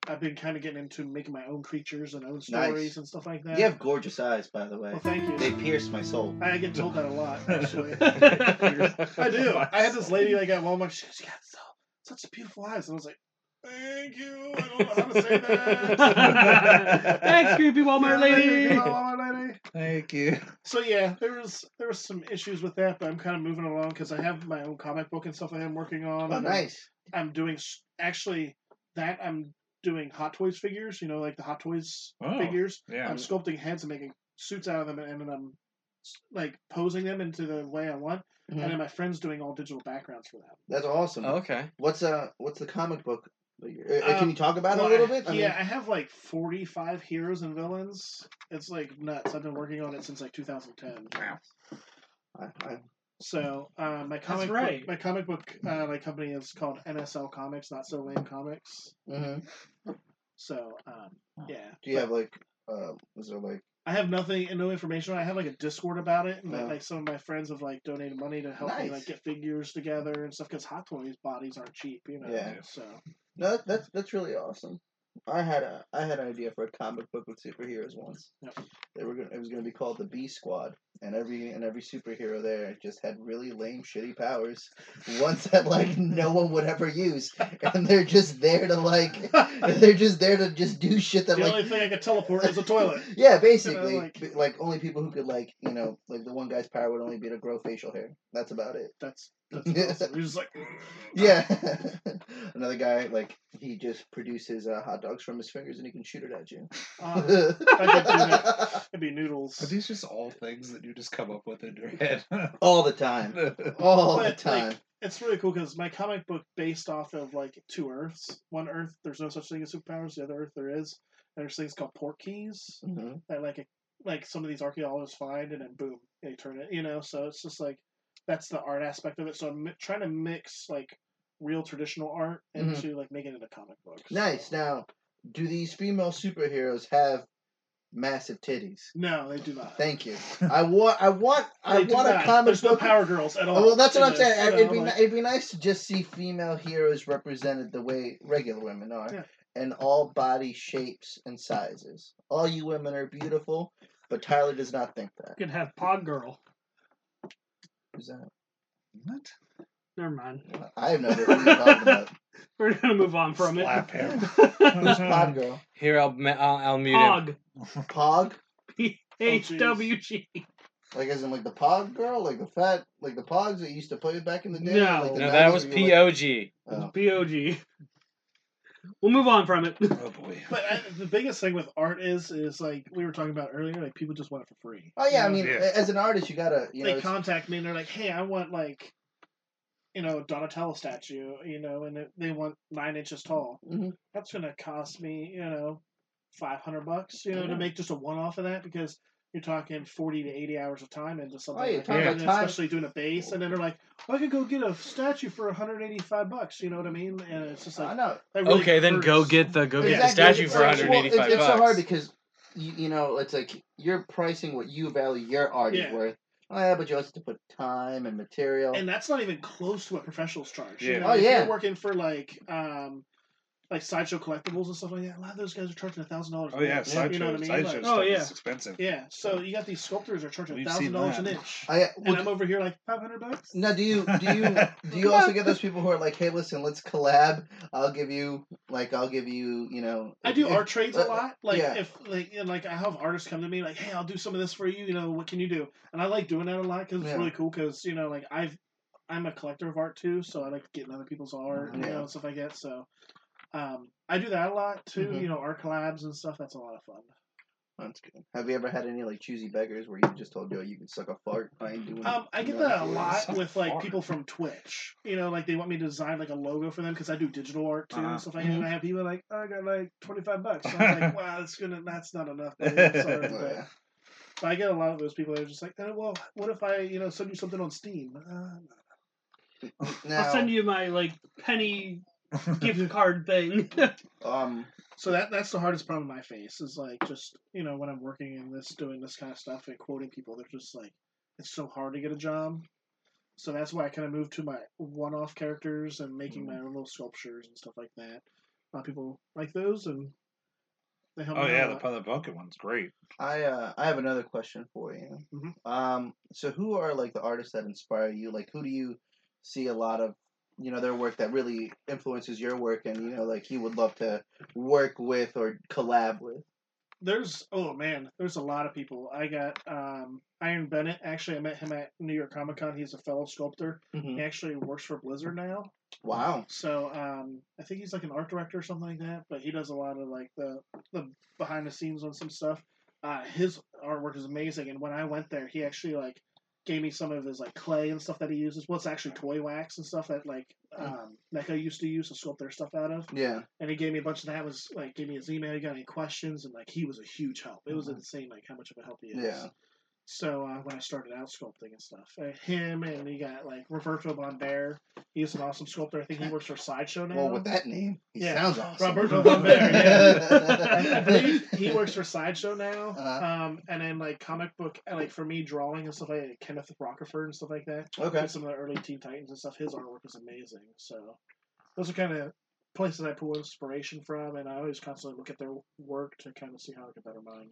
S3: I've been kind of getting into making my own creatures and own
S4: Nice.
S3: stories and stuff like that.
S4: You have gorgeous eyes, by the way.
S3: Well, thank you.
S4: They pierce my soul.
S3: I get told that a lot, actually. I
S2: I
S3: do. I had this lady like at Walmart. She goes, "You got so, such beautiful eyes," and I was like, "Thank you." I don't know how to say that.
S5: Thanks, creepy Walmart
S3: Yeah,
S5: lady.
S3: thank you, Walmart lady.
S1: Thank you.
S3: So yeah, there was there was some issues with that, but I'm kind of moving along because I have my own comic book and stuff I am working on.
S4: Oh,
S3: and I'm-
S4: nice.
S3: I'm doing s- actually that I'm doing Hot Toys figures. You know, like the Hot Toys
S1: Oh,
S3: figures.
S1: Yeah.
S3: I'm sculpting heads and making suits out of them, and, and I'm s- like posing them into the way I want.
S4: Mhm.
S3: And then my friend's doing all digital backgrounds for that.
S4: That's awesome.
S2: oh, Okay.
S4: What's uh What's the comic book? Uh, can
S3: Um,
S4: you talk about it
S3: Well,
S4: a little
S3: I-
S4: bit? I mean,
S3: yeah, I have like 45 heroes and villains. It's like nuts. I've been working on it since like 2010.
S4: I- I-
S3: So uh, my comic
S5: right.
S3: book, my comic book uh, my company is called NSL Comics, not so lame comics.
S4: mhm.
S3: So um, yeah,
S4: Do you have like? Uh, was there like?
S3: I have nothing and no information. I have like a Discord about it, and
S4: Yeah.
S3: like some of my friends have like donated money to help me
S4: Uh-huh. Nice.
S3: like get figures together and stuff because Hot Toys bodies aren't cheap, you know.
S4: Yeah.
S3: So
S4: No, that, that's that's really awesome. I had a I had an idea for a comic book with superheroes once.
S3: Yep.
S4: They were gonna, it was going to be called the B Squad, and every and every superhero there just had really lame, shitty powers, ones that like no one would ever use, and they're just there to like they're just there to just do shit that
S3: the
S4: like
S3: only thing I could teleport is a toilet.
S4: yeah, basically,
S3: like-
S4: B- like, only people who could like you know like the one guy's power would only be to grow facial hair. That's about it.
S3: That's that's awesome. You're just like
S4: Yeah. Another guy like he just produces uh, hot dogs from his fingers and he can shoot it at you.
S3: uh, that. it'd be noodles.
S1: Are these just all things that you just come up with in your head?
S4: All the time. All the
S3: But, like,
S4: time.
S3: it's really cool because my comic book based off of like two Earths. One Earth, there's no such thing as superpowers. The other Earth, there is. There's things called port keys
S4: hmm
S3: that like like some of these archaeologists find, and then boom, they turn it. You know, so it's just like that's the art aspect of it. So I'm mi- trying to mix like real traditional art
S4: Mhm.
S3: into like making it a comic book. so-
S4: Nice. Now, do these female superheroes have massive titties?
S3: No, they do not.
S4: Thank you. I want. I want. I
S3: They do
S4: want a
S3: not.
S4: comic
S3: There's no
S4: book.
S3: Power Girls at all.
S4: well, that's
S3: in
S4: what I'm
S3: this,
S4: saying.
S3: you
S4: it'd
S3: know,
S4: be
S3: Oh, like-
S4: it'd be nice to just see female heroes represented the way regular women are,
S3: Yeah.
S4: in all body shapes and sizes. All you women are beautiful, but Tyler does not think that.
S5: Could have Pog Girl.
S4: Who's that?
S1: what?
S5: Never mind.
S4: I have no idea what you're talking about.
S5: We're gonna move on from it.
S1: Slap him.
S4: Who's Pod Girl?
S2: Here, I'll ma- I'll, I'll mute
S3: Oh,
S2: him.
S5: Pog.
S4: Pog?
S5: P H W G.
S4: Like as in like the Pog girl, like the fat, like the Pogs that used to play back in the day.
S5: No.
S4: like the
S2: No,
S4: 90s
S2: that was
S4: where you were like-
S2: POG.
S4: Oh.
S5: P O G. We'll move on from it.
S1: Oh boy.
S3: But I, the biggest thing with art is, is like we were talking about earlier, like people just want it for free.
S4: Oh yeah, I mean,
S1: Yeah.
S4: as an artist, you gotta, you know,
S3: they
S4: it's-
S3: contact me and they're like, "Hey, I want like, you know, a Donatello statue, you know, and it, they want nine inches tall.
S4: Mhm.
S3: That's gonna cost me, you know, five hundred bucks, you know, to
S4: Yeah.
S3: make just a one off of that because you're talking forty to eighty hours of time into something,
S4: Oh, you're
S3: like
S4: talking
S3: that,
S4: about
S3: and
S4: time.
S3: especially doing a base. And then they're like, oh, "I could go get a statue for one hundred eighty-five bucks," you know what I mean? And it's just
S4: I
S3: like,
S4: know.
S3: that really
S2: Okay, then go
S3: hurts.
S2: get the go get
S4: Exactly.
S2: the statue
S4: It's
S2: for
S4: like-
S2: 185
S4: well, it's, it's
S2: bucks.
S4: so hard because you, you know it's like you're pricing what you value your art is
S3: Yeah.
S4: worth. Oh yeah, but you also have to put time and material.
S3: and that's not even close to what professionals charge.
S1: Yeah.
S3: You know,
S4: Oh,
S3: if
S4: yeah.
S3: You're working for like um, like sideshow collectibles and stuff like that. A lot of those guys are charging a thousand dollars.
S1: Oh yeah, sideshow.
S3: you know what I mean?
S1: Sideshow
S3: Like,
S1: stuff
S5: oh, yeah.
S1: is expensive.
S3: yeah. So you got these sculptors are charging
S1: We've
S3: a thousand
S1: seen
S3: dollars
S1: that.
S3: an inch,
S4: I, well,
S3: and I'm over here like five hundred bucks.
S4: now, do you do you do you also get those people who are like, hey, listen, let's collab. I'll give you like I'll give you you know.
S3: I do
S4: if-
S3: art trades a
S4: uh,
S3: lot. Like
S4: yeah.
S3: if like and like I have artists come to me like, hey, I'll do some of this for you. You know, what can you do? And I like doing that a lot because it's
S4: Yeah.
S3: really cool. Because you know, like I've I'm a collector of art too, so I like getting other people's art and you
S4: Yeah.
S3: know and stuff like that. So um, I do that a lot too.
S4: Mhm.
S3: You know, art collabs and stuff. That's a lot of fun.
S4: oh, That's good. Have you ever had any like choosy beggars where you just told you you can suck a fart? I ain't doing.
S3: Um, I
S4: you
S3: get
S4: know,
S3: that a
S4: for you."
S3: lot with like
S1: Hard.
S3: people from Twitch. You know, like they want me to design like a logo for them because I do digital art too
S1: Uh-huh.
S3: and stuff like that.
S4: Mm-hmm.
S3: And I have people like, oh, I got like twenty five bucks. And I'm like, wow, that's gonna that's not enough. buddy. I'm sorry, but,
S4: Oh, Yeah.
S3: but I get a lot of those people that are just like, oh, well, what if I you know send you something on Steam? Uh,
S4: Now,
S5: I'll send you my like penny gift card thing.
S4: um,
S3: so that that's the hardest problem I face is like just you know when I'm working in this doing this kind of stuff and quoting people, they're just like, it's so hard to get a job. So
S1: Mm.
S3: that's why I kind of moved to my one-off characters and making my own little sculptures and stuff like that. A lot of people like those, and they help.
S1: Oh
S3: me out
S1: yeah,
S3: a
S1: the
S3: lot.
S1: Pilot Bucket one's great.
S4: I uh, I have another question for you.
S3: Mhm.
S4: Um, so who are like the artists that inspire you? Like who do you see a lot of, you know, their work that really influences your work, and you know, like you would love to work with or collab with?
S3: there's oh man, there's a lot of people. I got um, Iron Bennett. Actually, I met him at New York Comic Con. He's a fellow sculptor. He actually works for Blizzard now.
S4: Wow.
S3: So um, I think he's like an art director or something like that. But he does a lot of like the the behind the scenes on some stuff. Uh, his artwork is amazing, and when I went there, he actually like gave me some of his like clay and stuff that he uses. Well, it's actually toy wax and stuff that like um, NECA used to use to sculpt their stuff out of.
S4: Yeah.
S3: And he gave me a bunch of that. Was like gave me his email. He got any questions, and like he was a huge help. It was
S4: Mhm.
S3: insane like how much of a help he is.
S4: Yeah.
S3: So uh, when I started out sculpting and stuff, uh, him and he got like Roberto Bombare. He's an awesome sculptor. I think he works for Sideshow now.
S4: Well, with that name, he
S3: Yeah.
S4: sounds awesome.
S3: Roberto Bombare, I I
S4: yeah.
S3: believe he works for Sideshow now.
S4: Uh-huh.
S3: Um, and then like comic book, and, like for me drawing and stuff like that, Kenneth Rockerford and stuff like that.
S4: okay.
S3: Some of the early Teen Titans and stuff. His artwork is amazing. So those are kind of places I pull inspiration from, and I always constantly look at their work to kind of see how I can better mine.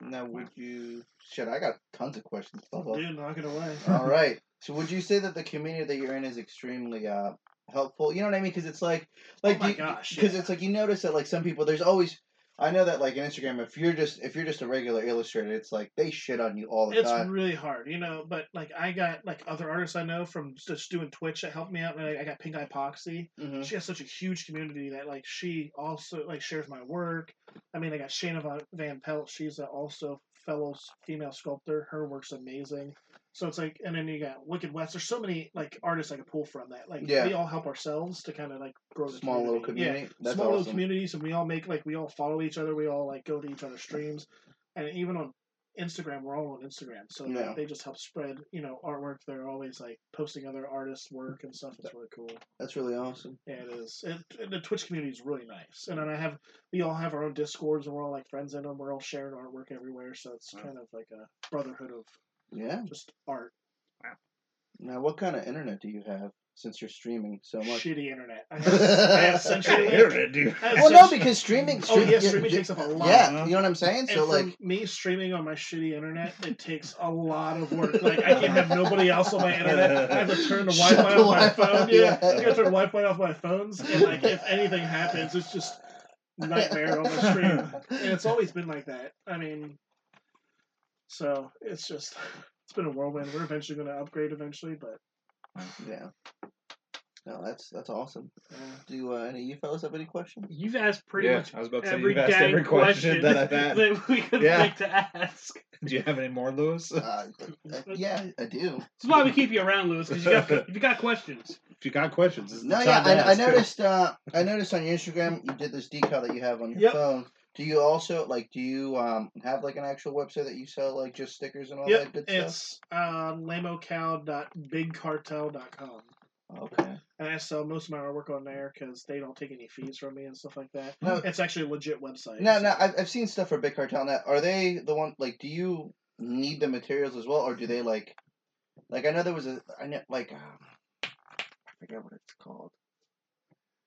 S4: Now, would you? Shit, I got tons of questions. Bubba.
S3: Dude, knock it away.
S4: All right. So would you say that the community that you're in is extremely uh, helpful? You know what I mean? Because it's like, like
S3: Oh my
S4: you,
S3: gosh,
S4: because
S3: yeah.
S4: it's like you notice that like some people there's always. I know that like in Instagram, if you're just if you're just a regular illustrator, it's like they shit on you all the
S3: it's
S4: time.
S3: really hard, you know. But like, I got like other artists I know from just doing Twitch that helped me out. Like, I got Pink Eye Poxy.
S4: hmm
S3: She has such a huge community that like she also like shares my work. I mean, I got Shana Va- Van Pelt. She's a, also fellow s- female sculptor. Her work's amazing. So it's like, and then you got Wicked West. There's so many like artists I could pull from that. Like,
S4: Yeah.
S3: we all help ourselves to kind of like grow the
S4: Small little
S3: mm-hmm. Yeah,
S4: community. That's
S3: small little
S4: awesome.
S3: communities, and we all make like we all follow each other. We all like go to each other's streams, and even on Instagram, we're all on Instagram. So like,
S4: Yeah.
S3: they just help spread you know artwork. They're always like posting other artists' work and stuff. It's really cool.
S4: That's really awesome.
S3: Yeah, it is. It, and the Twitch community is really nice, and then I have we all have our own discords, and we're all like friends in them. We're all sharing artwork everywhere, so it's
S1: Wow.
S3: kind of like a brotherhood of
S4: Yeah.
S3: just art.
S4: Now, what kind of internet do you have since you're streaming so much?
S3: Shitty internet. I have, I have
S4: well,
S3: Century
S1: Internet, dude.
S4: no, because streaming.
S3: Oh
S4: stream-
S3: yeah, streaming takes up a lot.
S4: Yeah, you know what I'm saying. So
S3: and
S4: like,
S3: from me streaming on my shitty internet, it takes a lot of work. Like I can't have nobody else on my internet. I have to turn the
S4: Shut the
S3: Wi-Fi off
S4: Wi-Fi
S3: my phone.
S4: off,
S3: Yeah,
S4: yeah.
S3: I gotta turn Wi-Fi off my phones. And like if anything happens, it's just nightmare on the stream. And it's always been like that. I mean, so it's just it's been a whirlwind. We're eventually going to upgrade eventually, but
S4: yeah. No, that's that's awesome.
S3: uh,
S4: Do uh, any of you fellas have any questions?
S5: You've asked pretty
S1: yeah,
S5: much
S1: I was about to say
S5: every
S1: you've asked
S5: dang
S1: every question,
S5: question.
S1: that I've had.
S5: that we could
S1: Yeah.
S5: think to ask.
S1: Do you have any more, Lewis?
S4: Uh, uh, yeah, I do.
S5: That's why we keep you around, Lewis, because you got if you got questions.
S1: If you got questions, this is
S4: No,
S1: the
S4: yeah,
S1: time to
S4: I, I
S1: ask.
S4: noticed. Uh, I noticed on your Instagram you did this decal that you have on your
S3: Yep.
S4: phone. Do you also like? Do you um have like an actual website that you sell like just stickers and all
S3: yep,
S4: that good stuff?
S3: it's uh, lamocow.bigcartel.com.
S4: Okay.
S3: And I sell most of my artwork on there because they don't take any fees from me and stuff like that.
S4: No.
S3: It's actually a legit website.
S4: No,
S3: so-
S4: no, I've, I've seen stuff for Big Cartel. Now, are they the one? Like, do you need the materials as well, or do they like? Like, I know there was a. I know, like, um, I forget what it's called.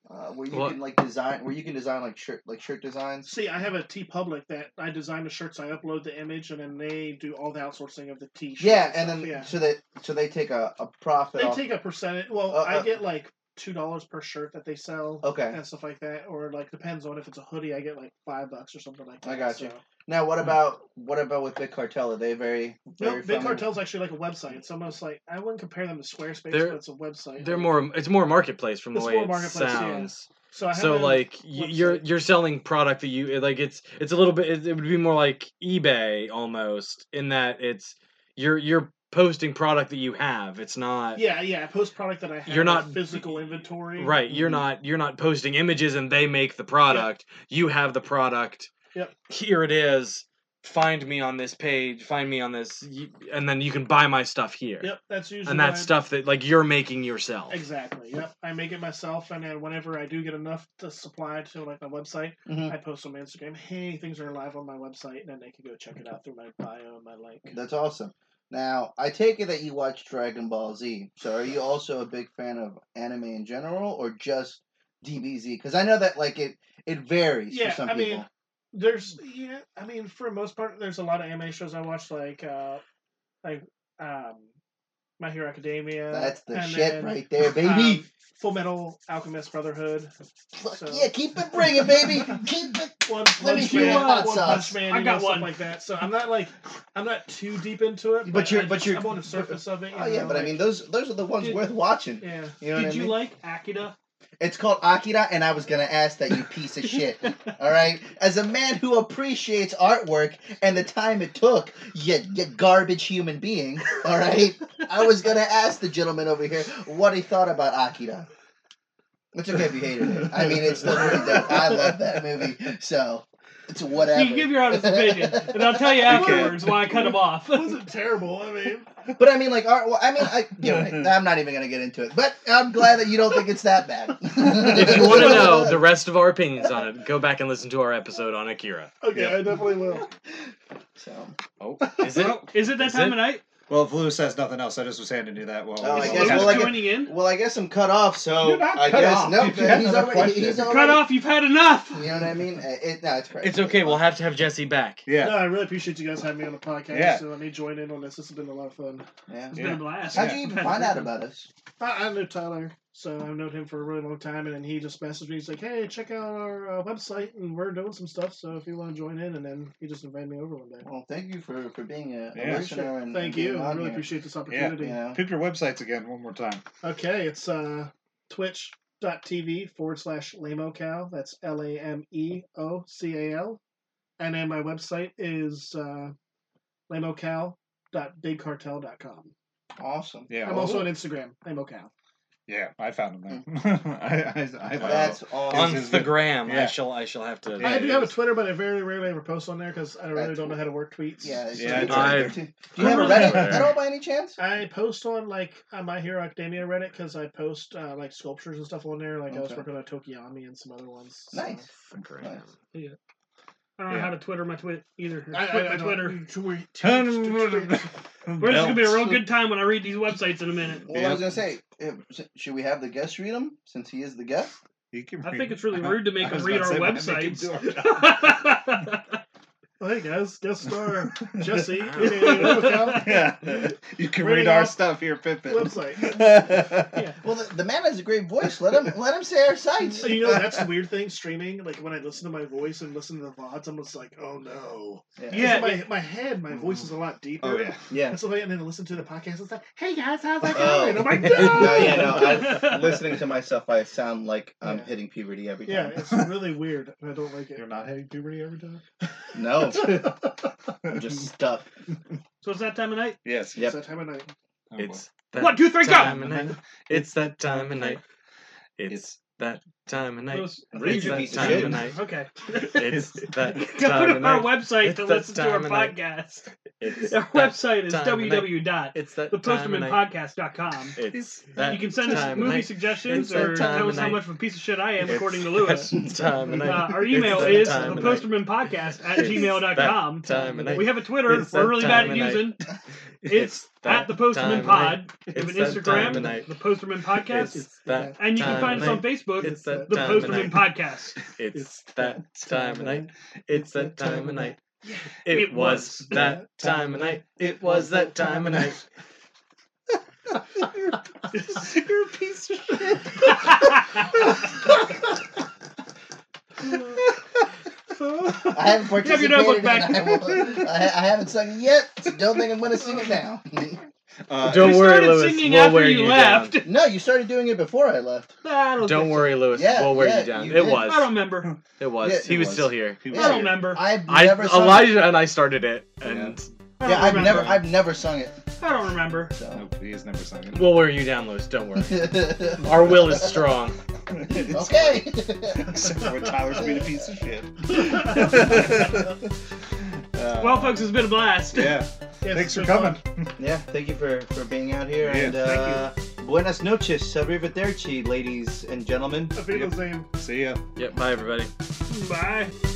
S4: Uh, where you
S2: What?
S4: can like design, where you can design like shirt, like shirt designs.
S3: See, I have a T Public that I design the shirts. I upload the image, and then they do all the outsourcing of the T.
S4: Yeah, and then so they so they take a, a profit.
S3: they
S4: off.
S3: take a percentage. Well,
S4: Uh, uh,
S3: I get like two dollars per shirt that they sell
S4: okay.
S3: and stuff like that, or like depends on if it's a hoodie, I get like five bucks or something like that.
S4: I got you.
S3: So.
S4: Now, what about what about with Big Cartel? Are they very,
S3: No,
S4: very
S3: Big
S4: friendly?
S3: Cartel's actually like a website. It's almost like I wouldn't compare them to Squarespace,
S2: They're-
S3: but it's a website.
S2: They're more. It's more marketplace from the
S3: It's
S2: way
S3: more
S2: it
S3: marketplace, yeah.
S2: sounds.
S3: so. I have
S2: So
S3: my own-
S2: like y- you're
S3: website.
S2: you're selling product that you it- like. It's it's a little bit. It, it would be more like eBay almost in that it's you're you're posting product that you have. It's not
S3: yeah, yeah, I post product that I have.
S2: You're not-
S3: physical inventory,
S2: right. You're
S4: Mhm.
S2: not you're not posting images and they make the product. You have the product.
S3: Yep.
S2: Here it is. Find me on this page. Find me on this, y- and then you can buy my stuff here.
S3: Yep, that's usually
S2: And
S3: what
S2: that's
S3: I-
S2: stuff that like you're making yourself.
S3: Exactly. Yep. I make it myself, and then whenever I do get enough to supply to like my website,
S4: Mhm.
S3: I post on my Instagram. Hey, things are live on my website, and then they can go check it out through my bio and my link.
S4: That's awesome. Now, I take it that you watch Dragon Ball Z. So, are you also a big fan of anime in general, or just DBZ? Because I know that like it it varies
S3: Yeah,
S4: for some
S3: I mean,
S4: people.
S3: There's yeah, I mean, for the most part, there's a lot of anime shows I watch, like uh, like um, My Hero Academia.
S4: That's the
S3: and
S4: shit
S3: then,
S4: right there, baby.
S3: um, Full Metal Alchemist Brotherhood.
S4: Fuck
S3: so-
S4: yeah, keep it bringing, baby. keep it.
S3: One
S4: Let me
S3: Punch
S4: hear
S3: Man,
S4: your hot
S3: One
S4: sauce.
S3: Punch Man,
S5: I
S3: you
S5: got
S3: know, stuff
S5: one.
S3: like that. So I'm not like I'm not too deep into it,
S4: But
S3: but,
S4: you're-
S3: I
S4: but
S3: just-
S4: you're-
S3: I'm on the surface of it. you
S4: Oh yeah,
S3: know,
S4: but I
S3: like-
S4: mean those those are the ones
S5: Did-
S4: worth watching.
S3: yeah.
S4: You know what
S5: Did
S4: I
S5: you
S4: mean?
S5: like Akira?
S4: It's called Akira, and I was gonna ask that you piece of shit. All right, as a man who appreciates artwork and the time it took, you, you garbage human being. All right, I was gonna ask the gentleman over here what he thought about Akira. It's okay if you hated it. I mean, it's still pretty dope. I love that movie, so it's whatever.
S5: You give your honest opinion, and I'll tell you afterwards why I cut him off.
S3: it wasn't terrible. I mean,
S4: But I mean, like, art. Well, I mean, I. You're right. I'm not even gonna get into it. But I'm glad that you don't think it's that bad.
S2: If you want to know the rest of our opinions on it, go back and listen to our episode on Akira.
S3: okay,
S1: Yeah.
S3: I definitely will.
S4: so,
S2: Oh, is it?
S1: Well,
S5: Is it that
S2: Is
S5: time
S2: it?
S5: of night?
S1: well, if Lewis has nothing else, I just was handing you that. Well,
S4: Oh, I
S5: Is
S4: guess
S5: Lewis
S4: we'll, like,
S5: joining in?
S4: well, I guess I'm cut off. So
S1: You're not
S4: I
S1: cut
S4: guess
S1: off.
S4: no.
S1: You had
S4: He's
S1: another
S4: already.
S1: question.
S4: He's
S1: Cut
S4: already.
S5: Cut off! You've had enough.
S4: You know what I mean? Uh, It, no, it's crazy.
S2: It's okay. We'll have to have Jesse back.
S1: yeah.
S3: No, I really appreciate you guys having me on the podcast
S1: Yeah.
S3: and let me join in on this. This has been a lot of fun.
S4: Yeah.
S5: It's
S1: Yeah.
S5: been a blast.
S4: How'd you even find out about us?
S3: I, I know Tyler, so I've known him for a really long time, and then he just messaged me. He's like, "Hey, check out our uh, website, and we're doing some stuff. So if you want to join in," and then he just invited me over one day.
S4: Well, thank you for for being a, a
S1: Yeah.
S4: listener and
S3: Thank
S4: being
S3: you. I
S4: on
S3: really
S4: here,
S3: appreciate this
S4: You
S3: opportunity.
S4: know,
S1: Pick your websites again one more time.
S3: Okay, it's uh, twitch.tv forward slash lamocal. That's L A M E O C A L. And then my website is uh, lamocal.bigcartel.com.
S4: awesome.
S1: Yeah.
S3: I'm
S1: well,
S3: also on Instagram, lamocal.
S1: yeah, I found him there. I, I, I,
S4: Hmm. That's
S2: On
S4: awesome.
S1: This is
S2: the
S1: good.
S2: gram,
S1: Yeah.
S2: I shall. I shall have to.
S1: Yeah,
S3: I do
S1: it
S3: have a
S1: is.
S3: Twitter, but I very rarely ever post on there because I really
S4: That's
S3: don't know how to work tweets.
S4: yeah. it's-
S1: Yeah,
S4: it's-
S2: I-
S4: do you
S2: I
S4: have a
S2: remember
S4: Reddit
S2: that.
S4: at all by any chance?
S3: I post on like on my Hero Academia Reddit because I post uh, like sculptures and stuff on there. Like I was
S4: Okay.
S3: working on Tokiyami and some other ones. so-
S4: Nice.
S5: I don't know
S1: Yeah.
S5: how to Twitter my twit either.
S3: I,
S5: Twit
S3: I,
S5: my
S3: I
S5: Twitter.
S3: Twitter. Tweet,
S5: We're just gonna be a
S1: Belts.
S5: real good time when I read these websites in a minute.
S4: Well, I was gonna say, eh, s- should we have the guest read them since he is the guest?
S1: You can
S5: I
S1: read-
S5: think it's really rude to make
S1: I
S5: them
S1: was
S5: read our
S1: about to say, why make him
S5: websites.
S1: do our job?
S3: Well, hey guys, guest star Jesse.
S2: Wow.
S1: yeah. You can read
S3: Reading
S1: our
S3: off
S1: stuff here, Pippin.
S3: website.
S1: yeah.
S4: Well, the, the man has a great voice. Let him let him say our sites.
S3: So, you know that's the weird thing streaming. Like when I listen to my voice and listen to the vods, I'm just like, oh no. 'Cause
S5: Yeah,
S3: in my my head,
S4: Mm-hmm.
S3: my voice is a lot deeper.
S1: Oh yeah.
S4: yeah.
S3: And so like, and then I listen to the podcast. It's like, hey guys, how's that
S4: Oh.
S3: going? I'm like,
S4: No,
S3: no.
S4: yeah, no. I, listening to myself, I sound like I'm
S3: Yeah.
S4: hitting puberty every
S3: Yeah,
S4: time.
S3: it's really weird. and I don't like
S1: You're
S3: it.
S1: not having puberty every time.
S4: No, I'm just stuck.
S5: so it's that time of night.
S1: yes.
S4: Yep.
S3: It's that time of night.
S1: Oh, boy.
S2: It's that
S5: One, two, three, go!
S2: time of night. It's that time of night.
S1: It's-
S2: It's that time of night.
S5: Those-
S4: Read
S2: It's
S4: your
S2: that
S4: piece of
S2: time of
S4: shit.
S2: night.
S5: Okay.
S2: It's that
S5: Go
S2: time
S5: to
S2: of night.
S5: our website
S2: It's
S5: to
S2: that
S5: listen to our
S2: time of night.
S5: podcast.
S2: It's
S5: Our
S2: that-
S5: website is
S2: time of night.
S5: www.thepostermanpodcast.com.
S2: It's that time of night. It's that
S5: You can send us
S2: time of
S5: movie
S2: night. It's
S5: suggestions
S2: that
S5: or
S2: time
S5: tell
S2: of
S5: us how
S2: night.
S5: much of a piece of shit I am,
S2: It's
S5: according to Lewis.
S2: that time of
S5: Uh,
S2: night.
S5: our email
S2: that
S5: is
S2: time of
S5: thepostermanpodcast at
S2: It's
S5: gmail.com.
S2: that time of night.
S5: We have a Twitter.
S2: It's
S5: We're
S2: that
S5: really bad
S2: time
S5: at
S2: of night.
S5: using. It's,
S2: It's that
S5: at the Posterman
S2: time of night.
S5: Pod. We have an
S2: It's that time of
S5: Instagram,
S2: night.
S5: the Posterman Podcast.
S2: It's that
S5: and you can
S2: time
S5: find
S2: of
S5: us on
S2: night.
S5: Facebook,
S2: It's that
S5: the
S2: time of
S5: Posterman
S2: night.
S5: Podcast.
S2: It's that time of night. It's that time of night.
S5: It
S2: It was
S5: was
S2: that time of night. It was that time of night.
S1: You're a piece of shit.
S4: I haven't
S5: Have your
S4: participated.
S5: notebook
S4: and
S5: back.
S4: I, will- I, I haven't sung it yet. So don't think I'm gonna sing it now.
S1: Uh,
S2: Don't
S5: you
S2: worry,
S5: started
S2: Lewis,
S5: singing
S2: we'll
S5: after
S2: wear
S5: you,
S2: you
S5: left.
S4: no, you started doing it before I left.
S5: I don't,
S2: Don't
S5: think
S2: worry, Lewis.
S4: Yeah,
S2: we'll wear
S4: yeah,
S2: you down.
S4: you
S2: it
S4: did.
S5: so.
S2: was.
S5: I don't remember.
S2: It was.
S4: Yeah, it
S2: he was,
S4: was.
S2: still here.
S1: he
S5: I
S1: was
S5: don't
S1: here.
S5: remember. I,
S4: I've
S2: I
S4: never sung it.
S2: Elijah and I started it, and
S5: don't
S4: Yeah, I've
S5: remember.
S4: never, I've never sung it.
S5: I don't remember.
S4: So.
S1: Nope, he has never sung it.
S2: we'll wear you down, Lewis. Don't worry. Our will is strong.
S4: okay.
S1: Except for when Tyler's being a piece of shit. Uh,
S5: Well, folks, it's been a blast.
S1: Yeah.
S3: Yes,
S1: Thanks for
S3: it's been fun.
S1: coming.
S4: yeah, thank you for for being out here
S1: Yeah,
S4: and uh, buenas noches, arrivederci, ladies and gentlemen.
S3: I think it was named
S1: See ya.
S2: Yep. Bye, everybody.
S5: Bye.